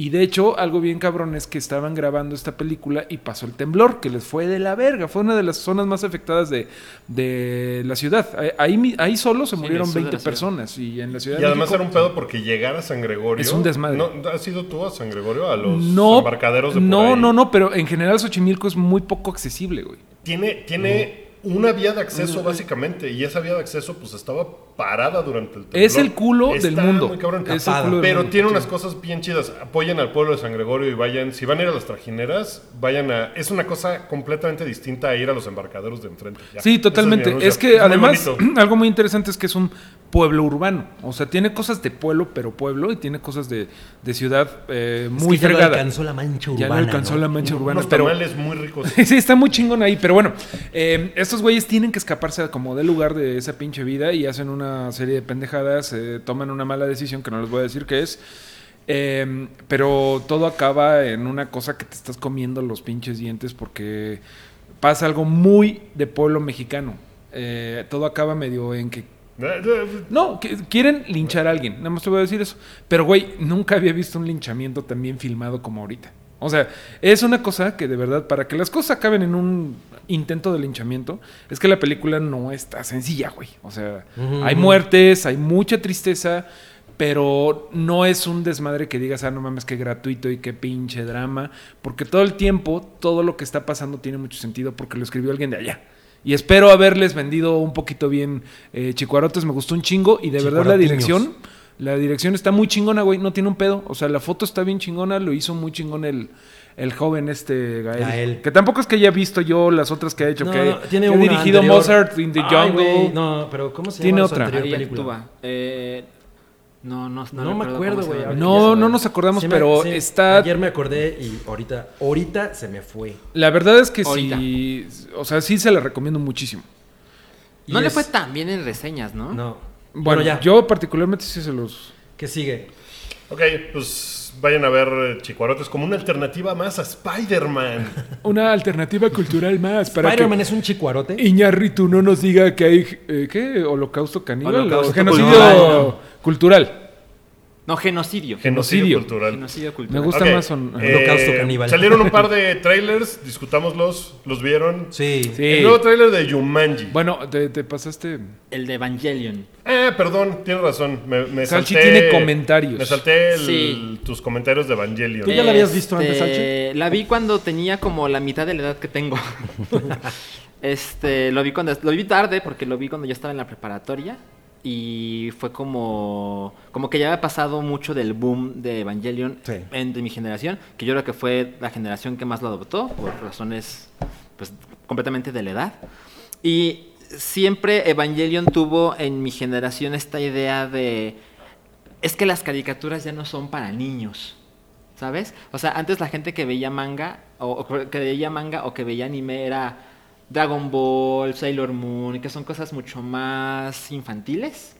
[SPEAKER 5] Y de hecho, algo bien cabrón es que estaban grabando esta película y pasó el temblor, que les fue de la verga. Fue una de las zonas más afectadas de, de la ciudad. Ahí- Ahí, ahí solo se
[SPEAKER 4] en el
[SPEAKER 5] murieron
[SPEAKER 4] sur de
[SPEAKER 5] 20
[SPEAKER 4] la ciudad.
[SPEAKER 5] personas. Y en la ciudad
[SPEAKER 2] Y
[SPEAKER 5] de
[SPEAKER 2] además
[SPEAKER 5] México-
[SPEAKER 2] era un pedo porque llegar a San Gregorio.
[SPEAKER 5] Es un desmadre.
[SPEAKER 2] ¿No, ¿Has ido tú a San Gregorio? A los
[SPEAKER 5] no,
[SPEAKER 2] embarcaderos de por
[SPEAKER 5] No,
[SPEAKER 2] ahí?
[SPEAKER 5] no, no, pero en general Xochimilco es muy poco accesible, güey.
[SPEAKER 2] Tiene, tiene una vía de acceso, básicamente. Y esa vía de acceso, pues estaba parada durante el temblor.
[SPEAKER 5] Es el culo del
[SPEAKER 2] Está
[SPEAKER 5] mundo.
[SPEAKER 2] muy cabrón.
[SPEAKER 5] Es
[SPEAKER 3] Tapada.
[SPEAKER 5] el culo del
[SPEAKER 2] Pero
[SPEAKER 5] mundo.
[SPEAKER 2] tiene
[SPEAKER 5] Sí.
[SPEAKER 2] unas cosas bien chidas. Apoyen al pueblo de San Gregorio y vayan. Si van a ir a las trajineras, vayan a. Es una cosa completamente distinta a ir a los embarcaderos de enfrente. Ya. Ese
[SPEAKER 5] Sí,
[SPEAKER 2] es mi
[SPEAKER 5] totalmente.
[SPEAKER 2] anuncio.
[SPEAKER 5] Es que
[SPEAKER 2] muy
[SPEAKER 5] además, *clears throat*
[SPEAKER 2] bonito.
[SPEAKER 5] algo muy interesante es que es un pueblo urbano. O sea, tiene cosas de pueblo, pero pueblo, y tiene cosas de, de ciudad eh,
[SPEAKER 3] Es
[SPEAKER 5] muy
[SPEAKER 3] que ya
[SPEAKER 5] fregada.
[SPEAKER 3] lo alcanzó la mancha urbana.
[SPEAKER 5] ya no alcanzó
[SPEAKER 3] ¿no?
[SPEAKER 5] la mancha urbana,
[SPEAKER 2] unos
[SPEAKER 5] pero.
[SPEAKER 2] tamales muy
[SPEAKER 5] *laughs*
[SPEAKER 2] ricos.
[SPEAKER 5] Sí, está muy chingón ahí, pero bueno, eh, estos güeyes tienen que escaparse como del lugar de esa pinche vida y hacen una serie de pendejadas, eh, toman una mala decisión que no les voy a decir qué es, eh, pero todo acaba en una cosa que te estás comiendo los pinches dientes porque pasa algo muy de pueblo mexicano. Eh, todo acaba medio en que no, que quieren linchar a alguien, nada más te voy a decir eso. Pero, güey, nunca había visto un linchamiento tan bien filmado como ahorita. O sea, es una cosa que de verdad, para que las cosas acaben en un intento de linchamiento, es que la película no está sencilla, güey. O sea, hay muertes, hay mucha tristeza, pero no es un desmadre que digas, ah, no mames, qué gratuito y qué pinche drama, porque todo el tiempo, todo lo que está pasando tiene mucho sentido porque lo escribió alguien de allá. Y espero haberles vendido un poquito bien eh, Chicuarotes, me gustó un chingo y de verdad la
[SPEAKER 3] Chicuarotiños.
[SPEAKER 5] dirección, la dirección está muy chingona, güey, no tiene un pedo, o sea, la foto está bien chingona, lo hizo muy chingón el, el joven este Gael,
[SPEAKER 3] Gael.
[SPEAKER 5] que tampoco es que haya visto yo las otras que ha hecho,
[SPEAKER 3] No,
[SPEAKER 5] que,
[SPEAKER 3] no, tiene
[SPEAKER 5] que ha
[SPEAKER 3] una
[SPEAKER 5] dirigido
[SPEAKER 3] anterior.
[SPEAKER 5] Mozart in the
[SPEAKER 3] Ay,
[SPEAKER 5] Jungle.
[SPEAKER 3] güey, no, pero ¿cómo se
[SPEAKER 5] Tiene
[SPEAKER 3] llama su
[SPEAKER 5] otra.
[SPEAKER 3] anterior
[SPEAKER 4] Ahí
[SPEAKER 3] película?
[SPEAKER 4] actúa. Eh, no, no, no,
[SPEAKER 3] No me
[SPEAKER 4] recuerdo
[SPEAKER 3] acuerdo,
[SPEAKER 4] cómo se
[SPEAKER 3] güey,
[SPEAKER 4] llama.
[SPEAKER 3] ahorita
[SPEAKER 5] No,
[SPEAKER 3] ya se
[SPEAKER 5] no
[SPEAKER 3] me-
[SPEAKER 5] nos acordamos,
[SPEAKER 3] Sí me-
[SPEAKER 5] pero
[SPEAKER 3] sí,
[SPEAKER 5] está.
[SPEAKER 3] Ayer me acordé y ahorita, ahorita se me fue.
[SPEAKER 5] La verdad es que sí.
[SPEAKER 4] Ahorita.
[SPEAKER 5] O sea, sí se la recomiendo muchísimo.
[SPEAKER 3] Y
[SPEAKER 4] No le
[SPEAKER 3] es-
[SPEAKER 4] fue tan bien en reseñas, ¿no?
[SPEAKER 3] No. Bueno,
[SPEAKER 5] Bueno,
[SPEAKER 3] ya.
[SPEAKER 5] yo particularmente sí se los.
[SPEAKER 3] ¿Qué sigue?
[SPEAKER 2] Ok, pues vayan a ver eh, Chicuarotes como una alternativa más a Spider-Man.
[SPEAKER 5] Una alternativa cultural más para
[SPEAKER 3] Spider-Man
[SPEAKER 5] que
[SPEAKER 3] es un chicuarote.
[SPEAKER 5] Iñarritu no nos diga que hay. eh, ¿Qué? ¿Holocausto caníbal?
[SPEAKER 4] Holocausto
[SPEAKER 5] ¿O genocidio
[SPEAKER 4] cultural.
[SPEAKER 5] cultural.
[SPEAKER 4] No, genocidio.
[SPEAKER 2] Genocidio,
[SPEAKER 5] Genocidio.
[SPEAKER 2] cultural.
[SPEAKER 4] Genocidio
[SPEAKER 5] Me
[SPEAKER 4] cultural.
[SPEAKER 5] gusta
[SPEAKER 2] Ok,
[SPEAKER 5] más. on-
[SPEAKER 2] eh,
[SPEAKER 3] Holocausto caníbal.
[SPEAKER 2] Salieron un par de trailers, discutámoslos, ¿los vieron?
[SPEAKER 3] Sí.
[SPEAKER 5] Sí.
[SPEAKER 2] El nuevo trailer de Jumanji.
[SPEAKER 5] Bueno, te, te pasaste.
[SPEAKER 4] El de Evangelion.
[SPEAKER 2] Ah, perdón, tienes razón. Me, me
[SPEAKER 5] Salchi
[SPEAKER 2] salté-
[SPEAKER 5] tiene comentarios.
[SPEAKER 2] Me salté el-
[SPEAKER 4] Sí.
[SPEAKER 2] tus comentarios de Evangelion.
[SPEAKER 3] ¿Tú ya la habías visto antes, Sánchez?
[SPEAKER 4] Este, La vi cuando tenía como la mitad de la edad
[SPEAKER 3] *laughs*
[SPEAKER 4] que tengo. este, lo vi cuando lo vi tarde porque lo vi cuando yo estaba en la preparatoria y fue como como que ya había pasado mucho del boom de Evangelion
[SPEAKER 3] Sí.
[SPEAKER 4] en- de mi generación, que yo creo que fue la generación que más lo adoptó por razones pues completamente de la edad. Y siempre Evangelion tuvo en mi generación esta idea de es que las caricaturas ya no son para niños. ¿Sabes? O sea, antes la gente que veía manga o, o que veía manga o que veía anime era Dragon Ball, Sailor Moon, que son cosas mucho más infantiles.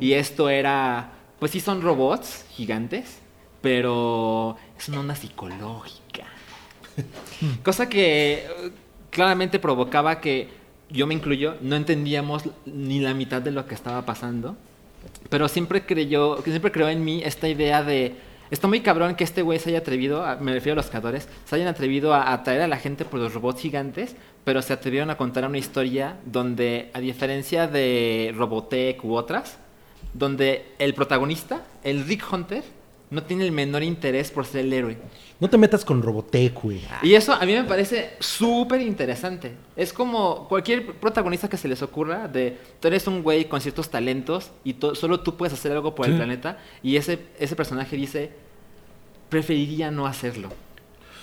[SPEAKER 4] Y esto era, pues sí son robots gigantes, pero es una onda psicológica. Cosa que eh, claramente provocaba que yo me incluyo, no entendíamos ni la mitad de lo que estaba pasando pero siempre creyó, que siempre creó en mí esta idea de está muy cabrón que este güey se haya atrevido, a- me refiero a los creadores, se hayan atrevido a atraer a la gente por los robots gigantes, pero se atrevieron a contar una historia donde, a diferencia de Robotech u otras, donde el protagonista, el Rick Hunter, no tiene el menor interés por ser el héroe.
[SPEAKER 3] No te metas con Robotech, güey.
[SPEAKER 4] Y eso a mí me parece súper interesante. Es como cualquier protagonista que se les ocurra de tú eres un güey con ciertos talentos y to- solo tú puedes hacer algo por
[SPEAKER 5] Sí.
[SPEAKER 4] el planeta y ese, ese personaje dice preferiría no hacerlo.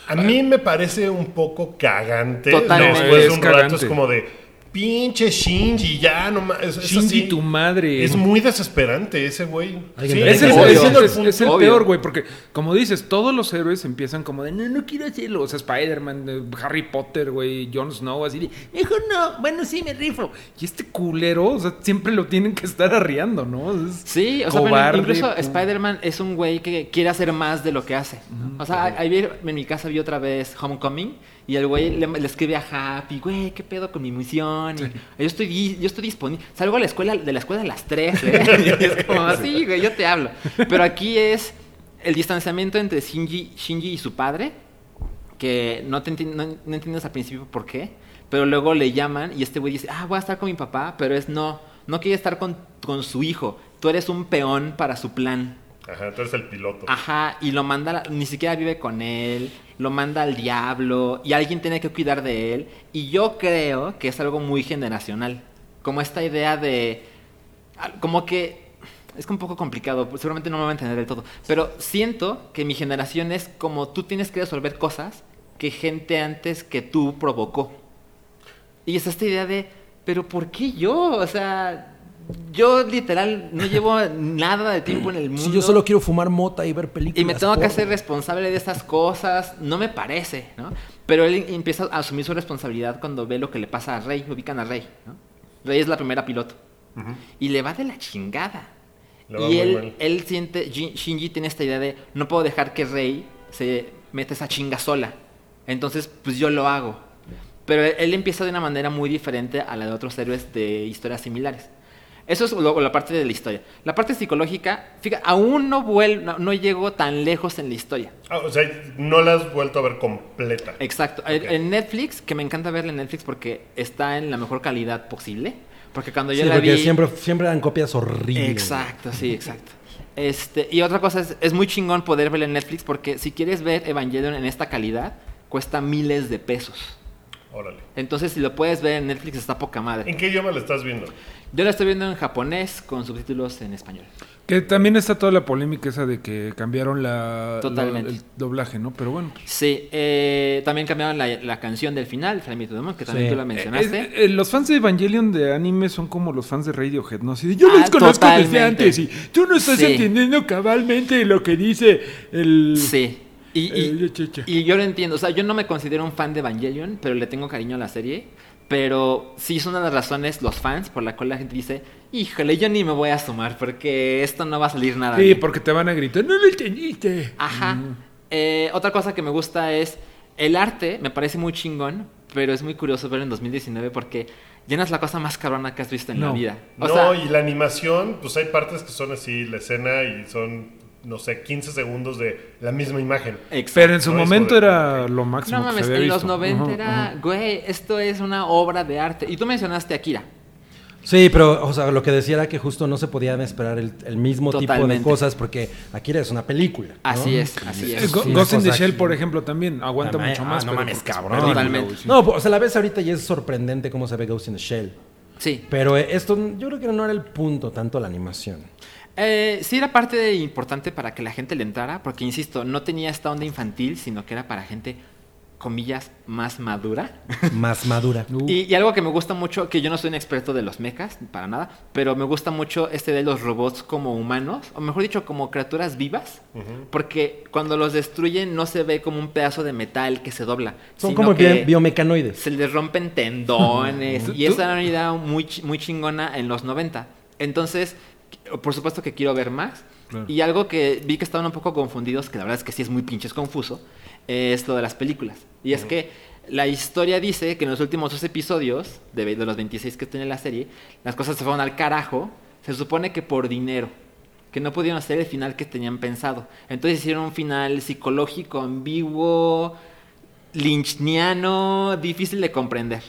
[SPEAKER 2] A mí me parece un poco cagante.
[SPEAKER 4] Totalmente.
[SPEAKER 2] Después de
[SPEAKER 5] Es
[SPEAKER 2] un rato
[SPEAKER 5] cagante.
[SPEAKER 2] es como de. Pinche Shinji, ya nomás. Es, es
[SPEAKER 5] Shinji,
[SPEAKER 2] así.
[SPEAKER 5] tu madre.
[SPEAKER 2] Es muy desesperante ese güey.
[SPEAKER 3] Alguien
[SPEAKER 2] Sí,
[SPEAKER 3] tiene
[SPEAKER 5] Es el,
[SPEAKER 4] que
[SPEAKER 2] estoy
[SPEAKER 4] obvio,
[SPEAKER 2] diciendo
[SPEAKER 5] es-
[SPEAKER 2] el
[SPEAKER 5] es-
[SPEAKER 2] punto.
[SPEAKER 5] es el
[SPEAKER 4] Obvio.
[SPEAKER 5] peor, güey, porque como dices, todos los héroes empiezan como de, no, no quiero hacerlo. O sea, Spider-Man, eh, Harry Potter, güey, Jon Snow, así de, mejor no, bueno, sí, me rifo. Y este culero, o sea, siempre lo tienen que estar arriando, ¿no? Es
[SPEAKER 4] Sí, o sea, pero
[SPEAKER 5] cobarde,
[SPEAKER 4] incluso
[SPEAKER 5] pu-
[SPEAKER 4] Spider-Man es un güey que quiere hacer más de lo que hace. ¿no? O sea, a- ayer en mi casa vi otra vez Homecoming y el güey le, le escribe a Happy, güey, ¿qué pedo con mi misión? Y, Yo estoy di- yo estoy disponible. Salgo a la escuela, de la escuela a las 3, ¿eh? *laughs* Y es como, sí, güey, yo te hablo. Pero aquí es el distanciamiento entre Shinji, Shinji y su padre, que no, te enti- no, no entiendes al principio por qué, pero luego le llaman y este güey dice, ah, voy a estar con mi papá, pero es no, no quiere estar con, con su hijo, tú eres un peón para su plan.
[SPEAKER 2] Ajá, tú eres el piloto.
[SPEAKER 4] Ajá, y lo manda, a la- ni siquiera vive con él, lo manda al diablo y alguien tiene que cuidar de él. Y yo creo que es algo muy generacional, como esta idea de, al- como que, es que un poco complicado, pues, seguramente no me voy a entender del todo, pero siento que mi generación es como tú tienes que resolver cosas que gente antes que tú provocó. Y es esta idea de, pero ¿por qué yo? O sea, yo literal no llevo nada de tiempo en el mundo.
[SPEAKER 3] Si yo solo quiero fumar mota y ver películas.
[SPEAKER 4] Y me tengo que
[SPEAKER 3] porno.
[SPEAKER 4] hacer responsable de estas cosas, no me parece, ¿no? Pero él empieza a asumir su responsabilidad cuando ve lo que le pasa a Rey, ubican a Rey, ¿no? Rey es la primera piloto. Y le va de la chingada.
[SPEAKER 2] Le va
[SPEAKER 4] y
[SPEAKER 2] muy
[SPEAKER 4] él,
[SPEAKER 2] mal.
[SPEAKER 4] él siente, Jin- Shinji tiene esta idea de, no puedo dejar que Rey se meta esa chinga sola. Entonces, pues yo lo hago. Pero e, él- él empieza de una manera muy diferente a la de otros héroes de historias similares. Eso es lo- la parte de la historia. La parte psicológica, fíjate, aún no, vuel- no, no llegó tan lejos en la historia.
[SPEAKER 2] Ah, o sea, no la has vuelto a ver completa.
[SPEAKER 4] Exacto. En- En Netflix, que me encanta verla en Netflix porque está en la mejor calidad posible. Porque cuando yo
[SPEAKER 3] Sí,
[SPEAKER 4] la
[SPEAKER 3] porque
[SPEAKER 4] vi...
[SPEAKER 3] siempre, siempre dan copias horribles.
[SPEAKER 4] Exacto, sí, exacto. Este, y otra cosa es, es muy chingón poder verla en Netflix porque si quieres ver Evangelion en esta calidad, cuesta miles de pesos.
[SPEAKER 2] Órale.
[SPEAKER 4] Entonces, si lo puedes ver en Netflix, está poca
[SPEAKER 2] ¿En
[SPEAKER 4] madre.
[SPEAKER 2] qué idioma la estás viendo?
[SPEAKER 4] Yo la estoy viendo en japonés con subtítulos en español.
[SPEAKER 5] Que también está toda la polémica esa de que cambiaron la,
[SPEAKER 4] Totalmente.
[SPEAKER 5] la- el doblaje, ¿no? Pero bueno. pues,
[SPEAKER 4] Sí, eh, también cambiaron la, la canción del final, Flamito Demon, que también
[SPEAKER 3] Sí.
[SPEAKER 4] tú la mencionaste.
[SPEAKER 5] Eh, eh, los fans de Evangelion de anime son como los fans de Radiohead, ¿no? Así de, yo los
[SPEAKER 4] Ah,
[SPEAKER 5] conozco
[SPEAKER 4] totalmente.
[SPEAKER 5] desde antes y tú no estás
[SPEAKER 4] Sí.
[SPEAKER 5] entendiendo cabalmente lo que dice el...
[SPEAKER 4] Sí. Y, y-
[SPEAKER 5] Eh, yo, che, che.
[SPEAKER 4] y yo lo entiendo. O sea, yo no me considero un fan de Evangelion, pero le tengo cariño a la serie. Pero sí es una de las razones, los fans, por la cual la gente dice, híjole, yo ni me voy a sumar porque esto no va a salir nada.
[SPEAKER 5] Sí,
[SPEAKER 4] bien".
[SPEAKER 5] porque te van a gritar, no lo entendiste. Mm.
[SPEAKER 4] Ajá. Eh, otra cosa que me gusta es el arte, me parece muy chingón, pero es muy curioso verlo en 2019 porque ya no es la cosa más cabrona que has visto en la
[SPEAKER 5] No.
[SPEAKER 4] vida. O
[SPEAKER 2] No,
[SPEAKER 4] sea,
[SPEAKER 2] y la animación, pues hay partes que son así, la escena y son, no sé, 15 segundos de la misma imagen.
[SPEAKER 4] exacto.
[SPEAKER 5] Pero en su
[SPEAKER 2] No, es
[SPEAKER 5] momento
[SPEAKER 2] joder.
[SPEAKER 5] era lo máximo
[SPEAKER 4] No
[SPEAKER 5] que
[SPEAKER 4] mames,
[SPEAKER 5] se había
[SPEAKER 4] en los
[SPEAKER 5] visto.
[SPEAKER 4] 90
[SPEAKER 5] Ajá,
[SPEAKER 4] era,
[SPEAKER 5] ajá.
[SPEAKER 4] güey, esto es una obra de arte. Y tú mencionaste a Akira.
[SPEAKER 3] Sí, pero o sea, lo que decía era que justo no se podían esperar el, el mismo tipo de
[SPEAKER 4] Totalmente.
[SPEAKER 3] cosas porque Akira es una película. ¿no?
[SPEAKER 4] Así es, así
[SPEAKER 5] Eh,
[SPEAKER 4] es.
[SPEAKER 5] Go-
[SPEAKER 3] Sí,
[SPEAKER 5] Ghost in the
[SPEAKER 3] cosas
[SPEAKER 5] Shell,
[SPEAKER 3] que-
[SPEAKER 5] por ejemplo, también aguanta
[SPEAKER 3] Ah,
[SPEAKER 5] mucho
[SPEAKER 3] ah,
[SPEAKER 5] más.
[SPEAKER 3] no
[SPEAKER 5] pero
[SPEAKER 3] mames,
[SPEAKER 5] porque es
[SPEAKER 3] cabrón.
[SPEAKER 5] película,
[SPEAKER 4] Totalmente.
[SPEAKER 5] güey, sí.
[SPEAKER 3] No, o sea, la ves ahorita y es sorprendente cómo se ve Ghost in the Shell.
[SPEAKER 4] Sí.
[SPEAKER 3] Pero eh, esto yo creo que no era el punto, tanto la animación.
[SPEAKER 4] Eh, sí era parte de- importante para que la gente le entrara, porque insisto, no tenía esta onda infantil, sino que era para gente, comillas, más madura.
[SPEAKER 3] Más
[SPEAKER 4] *laughs*
[SPEAKER 3] madura.
[SPEAKER 4] Y, y algo que me gusta mucho, que yo no soy un experto de los mechas, para nada, pero me gusta mucho este de los robots como humanos, o mejor dicho, como criaturas vivas, porque cuando los destruyen no se ve como un pedazo de metal que se dobla.
[SPEAKER 3] Son
[SPEAKER 4] sino
[SPEAKER 3] como
[SPEAKER 4] que
[SPEAKER 3] que biomecanoides.
[SPEAKER 4] se les rompen tendones.
[SPEAKER 5] ¿Tú-
[SPEAKER 4] y esa
[SPEAKER 5] tú?
[SPEAKER 4] era una idea muy, chi- muy chingona en los 90. Entonces, qu- por supuesto que quiero ver más.
[SPEAKER 5] Claro.
[SPEAKER 4] Y algo que vi que estaban un poco confundidos, que la verdad es que sí es muy pinches confuso, es lo de las películas. Y es que la historia dice que en los últimos dos episodios, de, ve- de los 26 que tiene la serie, las cosas se fueron al carajo. Se supone que por dinero. Que no pudieron hacer el final que tenían pensado. Entonces hicieron un final psicológico, ambiguo, lynchniano, difícil de comprender.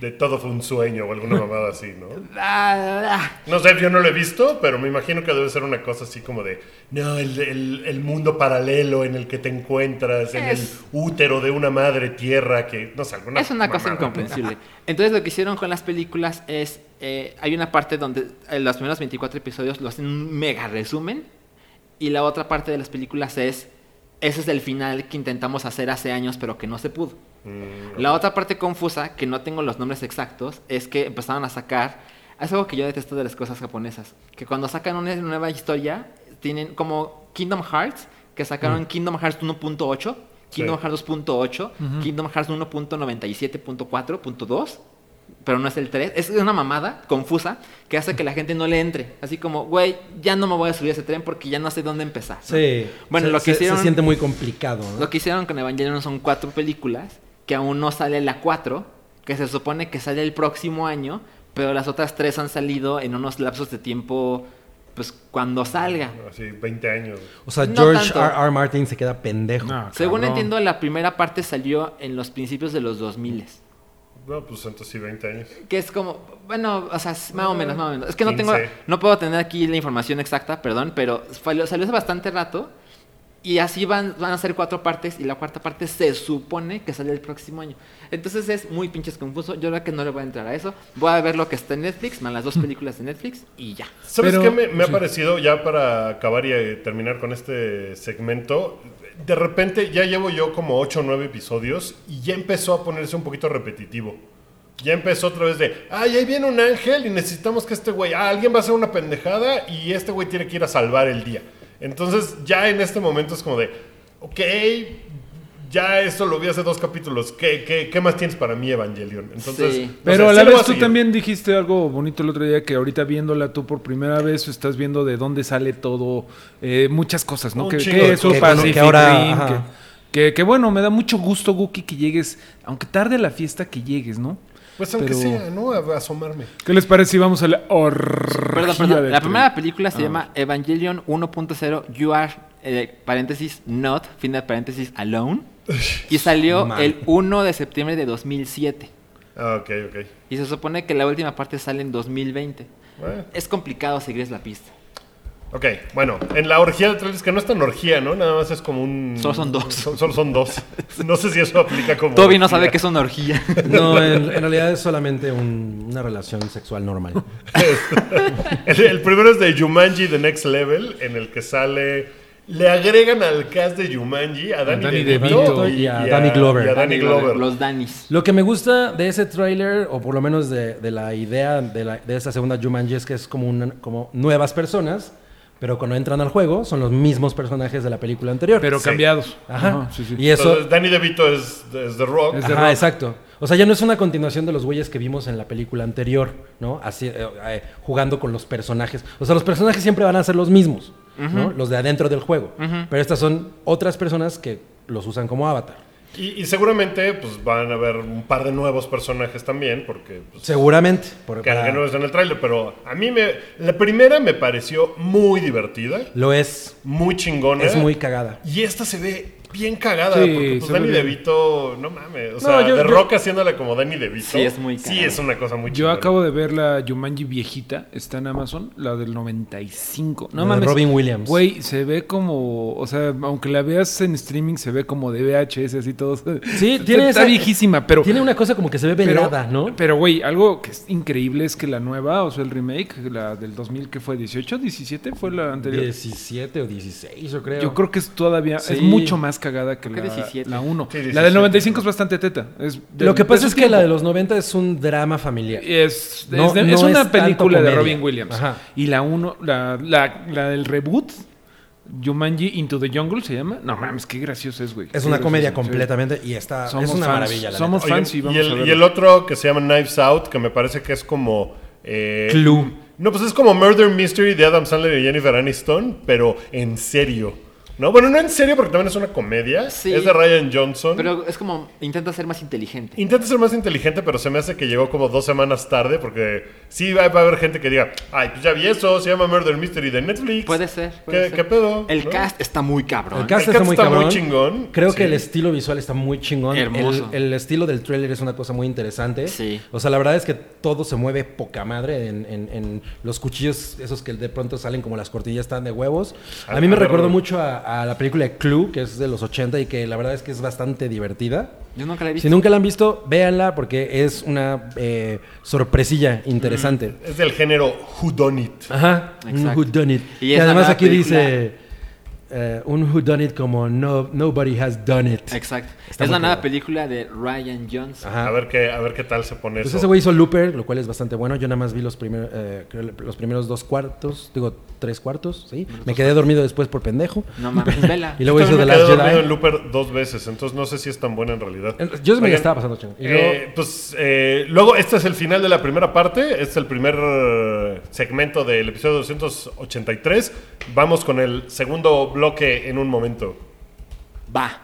[SPEAKER 2] De todo fue un sueño o alguna mamada así, ¿no?
[SPEAKER 4] Ah, ah.
[SPEAKER 2] No sé, yo no lo he visto, pero me imagino que debe ser una cosa así como de, no, el, el- el mundo paralelo en el que te encuentras, en el
[SPEAKER 4] Es-
[SPEAKER 2] útero de una madre tierra, que no sé, alguna
[SPEAKER 4] es una
[SPEAKER 2] mamada,
[SPEAKER 4] cosa
[SPEAKER 2] ¿no?
[SPEAKER 4] incomprensible. Entonces lo que hicieron con las películas es, eh, hay una parte donde eh, los primeros 24 episodios lo hacen un mega resumen y la otra parte de las películas es ese es el final que intentamos hacer hace años, pero que no se pudo.
[SPEAKER 2] Mm,
[SPEAKER 4] La otra parte confusa, que no tengo los nombres exactos, es que empezaron a sacar. Es algo que yo detesto de las cosas japonesas. Que cuando sacan una nueva historia, tienen como Kingdom Hearts, que sacaron Kingdom Hearts 1.8, Kingdom
[SPEAKER 2] Sí.
[SPEAKER 4] Hearts 2.8, Kingdom Hearts 1.97.4.2. Pero no es el 3, es una mamada confusa que hace que la gente no le entre. Así como, güey, ya no me voy a subir a ese tren porque ya no sé dónde empezar. ¿no?
[SPEAKER 3] Sí.
[SPEAKER 4] Bueno,
[SPEAKER 3] se,
[SPEAKER 4] lo que
[SPEAKER 3] se- se
[SPEAKER 4] hicieron-
[SPEAKER 3] siente muy complicado. ¿no?
[SPEAKER 4] Lo que hicieron con Evangelion son cuatro películas, que aún no sale la cuatro, que se supone que sale el próximo año, pero las otras tres han salido en unos lapsos de tiempo, pues cuando salga.
[SPEAKER 2] Así, 20 años.
[SPEAKER 3] O sea,
[SPEAKER 4] No
[SPEAKER 3] George
[SPEAKER 4] tanto.
[SPEAKER 3] R. R. Martin se queda pendejo.
[SPEAKER 5] Ah,
[SPEAKER 4] Según
[SPEAKER 5] cabrón.
[SPEAKER 4] entiendo, la primera parte salió en los principios de los 2000.
[SPEAKER 2] No, pues entonces sí, 20 años.
[SPEAKER 4] Que es como, bueno, o sea, es más o menos, más o menos. Es que no
[SPEAKER 2] 15.
[SPEAKER 4] tengo, no puedo tener aquí la información exacta, perdón, pero fue- salió hace bastante rato. Y así van, van a ser cuatro partes y la cuarta parte se supone que sale el próximo año. Entonces es muy pinches confuso. Yo creo que no le voy a entrar a eso. Voy a ver lo que está en Netflix, más las dos películas de Netflix y ya.
[SPEAKER 2] ¿Sabes
[SPEAKER 5] Pero-
[SPEAKER 2] qué me, me
[SPEAKER 5] sí.
[SPEAKER 2] ha parecido ya para acabar y eh, terminar con este segmento? De repente ya llevo yo como 8 o 9 episodios y ya empezó a ponerse un poquito repetitivo. Ya empezó otra vez de, ay, ahí viene un ángel y necesitamos que este güey, ah, alguien va a hacer una pendejada y este güey tiene que ir a salvar el día. Entonces ya en este momento es como de, ok, ya esto lo vi hace dos capítulos, ¿qué, qué, qué más tienes para mí, Evangelion? Entonces,
[SPEAKER 4] Sí.
[SPEAKER 2] no sé,
[SPEAKER 5] Pero a
[SPEAKER 2] sí
[SPEAKER 5] la
[SPEAKER 2] lo voy
[SPEAKER 5] vez tú
[SPEAKER 2] seguir.
[SPEAKER 5] también dijiste algo bonito el otro día que ahorita viéndola tú por primera vez estás viendo de dónde sale todo, eh, muchas cosas, ¿no?
[SPEAKER 2] Un
[SPEAKER 5] Que,
[SPEAKER 2] chingo
[SPEAKER 5] que
[SPEAKER 2] de
[SPEAKER 5] eso
[SPEAKER 2] cosas.
[SPEAKER 5] Pacific
[SPEAKER 3] Que ahora-
[SPEAKER 5] Rim,
[SPEAKER 3] ajá.
[SPEAKER 5] que, que- que bueno, me da mucho gusto, Guki, que llegues, aunque tarde a la fiesta, que llegues, ¿no?
[SPEAKER 2] Pues aunque
[SPEAKER 5] Pero-
[SPEAKER 2] sea, ¿no? A- a asomarme.
[SPEAKER 5] ¿Qué les parece si vamos a la orgía
[SPEAKER 4] Perdón, perdón.
[SPEAKER 5] del
[SPEAKER 4] La
[SPEAKER 5] tren?
[SPEAKER 4] primera película se llama Evangelion 1.0 You Are, eh, paréntesis, not, fin de paréntesis, alone. Y salió
[SPEAKER 3] Man.
[SPEAKER 4] el 1 de septiembre de 2007.
[SPEAKER 2] Ah, ok, ok.
[SPEAKER 4] Y se supone que la última parte sale en 2020.
[SPEAKER 2] Bueno.
[SPEAKER 4] Es complicado seguir la pista.
[SPEAKER 2] Ok, bueno, en la orgía de trailers, que no es tan orgía, ¿no? Nada más es como un...
[SPEAKER 4] Solo son dos.
[SPEAKER 2] Son- solo son
[SPEAKER 4] *laughs*
[SPEAKER 2] dos. No sé si eso aplica como...
[SPEAKER 4] Toby no sabe
[SPEAKER 2] orgía.
[SPEAKER 4] que es una orgía.
[SPEAKER 3] No, en, en realidad es solamente un- una relación sexual normal.
[SPEAKER 2] El, el primero es de Jumanji The Next Level, en el que sale... Le agregan al cast de Jumanji a Danny,
[SPEAKER 5] Danny
[SPEAKER 2] DeVito,
[SPEAKER 5] DeVito
[SPEAKER 3] y a Danny Glover.
[SPEAKER 2] y a *laughs* Danny Glover.
[SPEAKER 4] Los Danis.
[SPEAKER 3] Lo que me gusta de ese tráiler, o por lo menos de, de la idea de, la- de esta segunda Jumanji, es que es como, una- como nuevas personas, pero cuando entran al juego son los mismos personajes de la película anterior.
[SPEAKER 5] Pero
[SPEAKER 2] Sí.
[SPEAKER 5] cambiados.
[SPEAKER 3] Ajá.
[SPEAKER 5] sí, sí.
[SPEAKER 3] Y eso...
[SPEAKER 2] Entonces, Danny DeVito es, es The Rock.
[SPEAKER 5] Es- de
[SPEAKER 3] Ajá,
[SPEAKER 5] rock.
[SPEAKER 3] exacto. O sea, ya no es una continuación de los güeyes que vimos en la película anterior, ¿no? Así, eh, eh, jugando con los personajes. O sea, los personajes siempre van a ser los mismos, ¿no? Los de adentro del juego. Pero estas son otras personas que los usan como avatar.
[SPEAKER 2] Y, y seguramente pues van a ver un par de nuevos personajes también, porque... pues,
[SPEAKER 3] Seguramente. por-
[SPEAKER 2] que,
[SPEAKER 3] para-
[SPEAKER 2] que no están en el tráiler, pero a mí me... La primera me pareció muy divertida,
[SPEAKER 3] Lo es.
[SPEAKER 2] muy chingona.
[SPEAKER 3] Es muy cagada.
[SPEAKER 2] Y esta se ve bien cagada,
[SPEAKER 5] Sí,
[SPEAKER 2] porque pues
[SPEAKER 5] se ve
[SPEAKER 2] Danny
[SPEAKER 5] bien.
[SPEAKER 2] DeVito, no mames, o sea,
[SPEAKER 3] yo-
[SPEAKER 2] de
[SPEAKER 3] yo-
[SPEAKER 2] Rock haciéndola como Danny DeVito.
[SPEAKER 4] Sí, es muy
[SPEAKER 2] Sí,
[SPEAKER 4] cagada.
[SPEAKER 2] es una cosa muy
[SPEAKER 5] Yo
[SPEAKER 2] chingona.
[SPEAKER 5] acabo de ver la Jumanji viejita, está en Amazon, la del 95. No
[SPEAKER 3] La de
[SPEAKER 5] mames.
[SPEAKER 3] Robin Williams.
[SPEAKER 5] Güey, se ve como, o sea, aunque la veas en streaming, se ve como de VHS, así *laughs* todo.
[SPEAKER 3] Sí,
[SPEAKER 5] Está-
[SPEAKER 3] tiene
[SPEAKER 5] Está
[SPEAKER 3] esa-
[SPEAKER 5] viejísima, pero.
[SPEAKER 3] Tiene una cosa como que se ve
[SPEAKER 5] pero-
[SPEAKER 3] velada, ¿no?
[SPEAKER 5] Pero, güey, algo que es increíble es que la nueva, o sea, el remake, la del 2000, que fue 18, 17, fue la anterior.
[SPEAKER 3] 17 o 16, yo creo.
[SPEAKER 5] Yo creo que es todavía,
[SPEAKER 3] Sí.
[SPEAKER 5] es mucho más cagada que
[SPEAKER 4] Creo
[SPEAKER 5] la,
[SPEAKER 4] que 17.
[SPEAKER 5] la 1.
[SPEAKER 2] Sí,
[SPEAKER 5] la del
[SPEAKER 2] 17.
[SPEAKER 5] 95 es bastante teta. es de-
[SPEAKER 3] Lo que
[SPEAKER 5] de Eh,
[SPEAKER 3] pasa
[SPEAKER 5] su
[SPEAKER 3] es que la
[SPEAKER 5] tiempo.
[SPEAKER 3] de los 90 es un drama familiar.
[SPEAKER 5] Es,
[SPEAKER 3] No-
[SPEAKER 5] es de-
[SPEAKER 3] no
[SPEAKER 5] es
[SPEAKER 3] es
[SPEAKER 5] una
[SPEAKER 3] tanto
[SPEAKER 5] película de
[SPEAKER 3] comedia.
[SPEAKER 5] Robin Williams.
[SPEAKER 3] Ajá.
[SPEAKER 5] Y la uno, la, la, la del reboot, Jumanji Into the Jungle se llama. No mames, qué gracioso es, güey.
[SPEAKER 3] Es
[SPEAKER 5] Qué
[SPEAKER 3] una
[SPEAKER 5] gracioso,
[SPEAKER 3] comedia
[SPEAKER 5] sí.
[SPEAKER 3] completamente y está
[SPEAKER 5] Somos
[SPEAKER 3] es una
[SPEAKER 5] fans,
[SPEAKER 3] maravilla la
[SPEAKER 5] somos
[SPEAKER 3] neta.
[SPEAKER 2] Oigan,
[SPEAKER 5] fancy, vamos
[SPEAKER 2] y,
[SPEAKER 5] a
[SPEAKER 2] el,
[SPEAKER 5] verlo.
[SPEAKER 2] y el otro que se llama Knives Out, que me parece que es como... eh,
[SPEAKER 3] Clue.
[SPEAKER 2] No, pues es como Murder Mystery de Adam Sandler y Jennifer Aniston, pero en serio. No, bueno, no en serio porque también es una comedia.
[SPEAKER 4] Sí.
[SPEAKER 2] Es de Ryan Johnson.
[SPEAKER 4] Pero es como, intenta ser más inteligente.
[SPEAKER 2] Intenta ser más inteligente, pero se me hace que llegó como dos semanas tarde porque sí va, va a haber gente que diga, ay, pues ya vi eso, se llama Murder Mystery de Netflix.
[SPEAKER 4] Puede ser.
[SPEAKER 2] ¿Qué,
[SPEAKER 4] puede ser.
[SPEAKER 2] qué pedo?
[SPEAKER 4] El
[SPEAKER 2] ¿No?
[SPEAKER 4] cast está muy cabrón.
[SPEAKER 3] El cast
[SPEAKER 2] El
[SPEAKER 3] está,
[SPEAKER 2] cast
[SPEAKER 3] muy,
[SPEAKER 2] está muy
[SPEAKER 3] cabrón.
[SPEAKER 2] chingón.
[SPEAKER 3] Creo
[SPEAKER 2] Sí.
[SPEAKER 3] que el estilo visual está muy chingón.
[SPEAKER 4] Hermoso.
[SPEAKER 3] El, el estilo del trailer es una cosa muy interesante.
[SPEAKER 4] Sí.
[SPEAKER 3] O sea, la verdad es que todo se mueve poca madre en, en- en los cuchillos, esos que de pronto salen como las cortillas están de huevos. A,
[SPEAKER 2] A-
[SPEAKER 3] mí me
[SPEAKER 2] a ver,
[SPEAKER 3] recordó
[SPEAKER 2] Rubén.
[SPEAKER 3] mucho a, a la película Clue, que es de los 80 y que la verdad es que es bastante divertida.
[SPEAKER 4] Yo nunca la he visto.
[SPEAKER 3] Si nunca la han visto, véanla porque es una eh, sorpresilla interesante.
[SPEAKER 4] Mm.
[SPEAKER 2] Es del género Who Done It.
[SPEAKER 3] Ajá, un
[SPEAKER 4] Exacto.
[SPEAKER 3] whodunit.
[SPEAKER 4] Y
[SPEAKER 3] Y
[SPEAKER 4] esa
[SPEAKER 3] además
[SPEAKER 4] nueva
[SPEAKER 3] aquí
[SPEAKER 4] película-
[SPEAKER 3] dice eh, un Who Done It como no, Nobody Has Done It.
[SPEAKER 4] Exacto.
[SPEAKER 3] Está
[SPEAKER 4] es
[SPEAKER 3] muy
[SPEAKER 4] la nueva
[SPEAKER 3] cagado.
[SPEAKER 4] película de Ryan Johnson.
[SPEAKER 3] Ajá.
[SPEAKER 2] A ver qué, a ver qué tal se pone
[SPEAKER 3] Pues
[SPEAKER 2] eso.
[SPEAKER 3] ese güey hizo Looper, lo cual es bastante bueno. Yo nada más vi los, primer- eh, creo los primeros dos cuartos, digo, tres cuartos, ¿sí? Me quedé dormido después por pendejo.
[SPEAKER 4] No mames, vela.
[SPEAKER 3] *laughs* Y
[SPEAKER 2] Yo
[SPEAKER 3] luego hizo
[SPEAKER 2] también me
[SPEAKER 3] The Last
[SPEAKER 2] quedé dormido en
[SPEAKER 3] Jedi.
[SPEAKER 2] Looper dos veces, entonces no sé si es tan buena en realidad.
[SPEAKER 3] En- Yo me
[SPEAKER 2] Oigan,
[SPEAKER 3] la estaba pasando chingón. Y luego-
[SPEAKER 2] eh, pues eh, luego, este es el final de la primera parte, este es el primer eh, segmento del episodio 283. Vamos con el segundo bloque en un momento.
[SPEAKER 4] Va.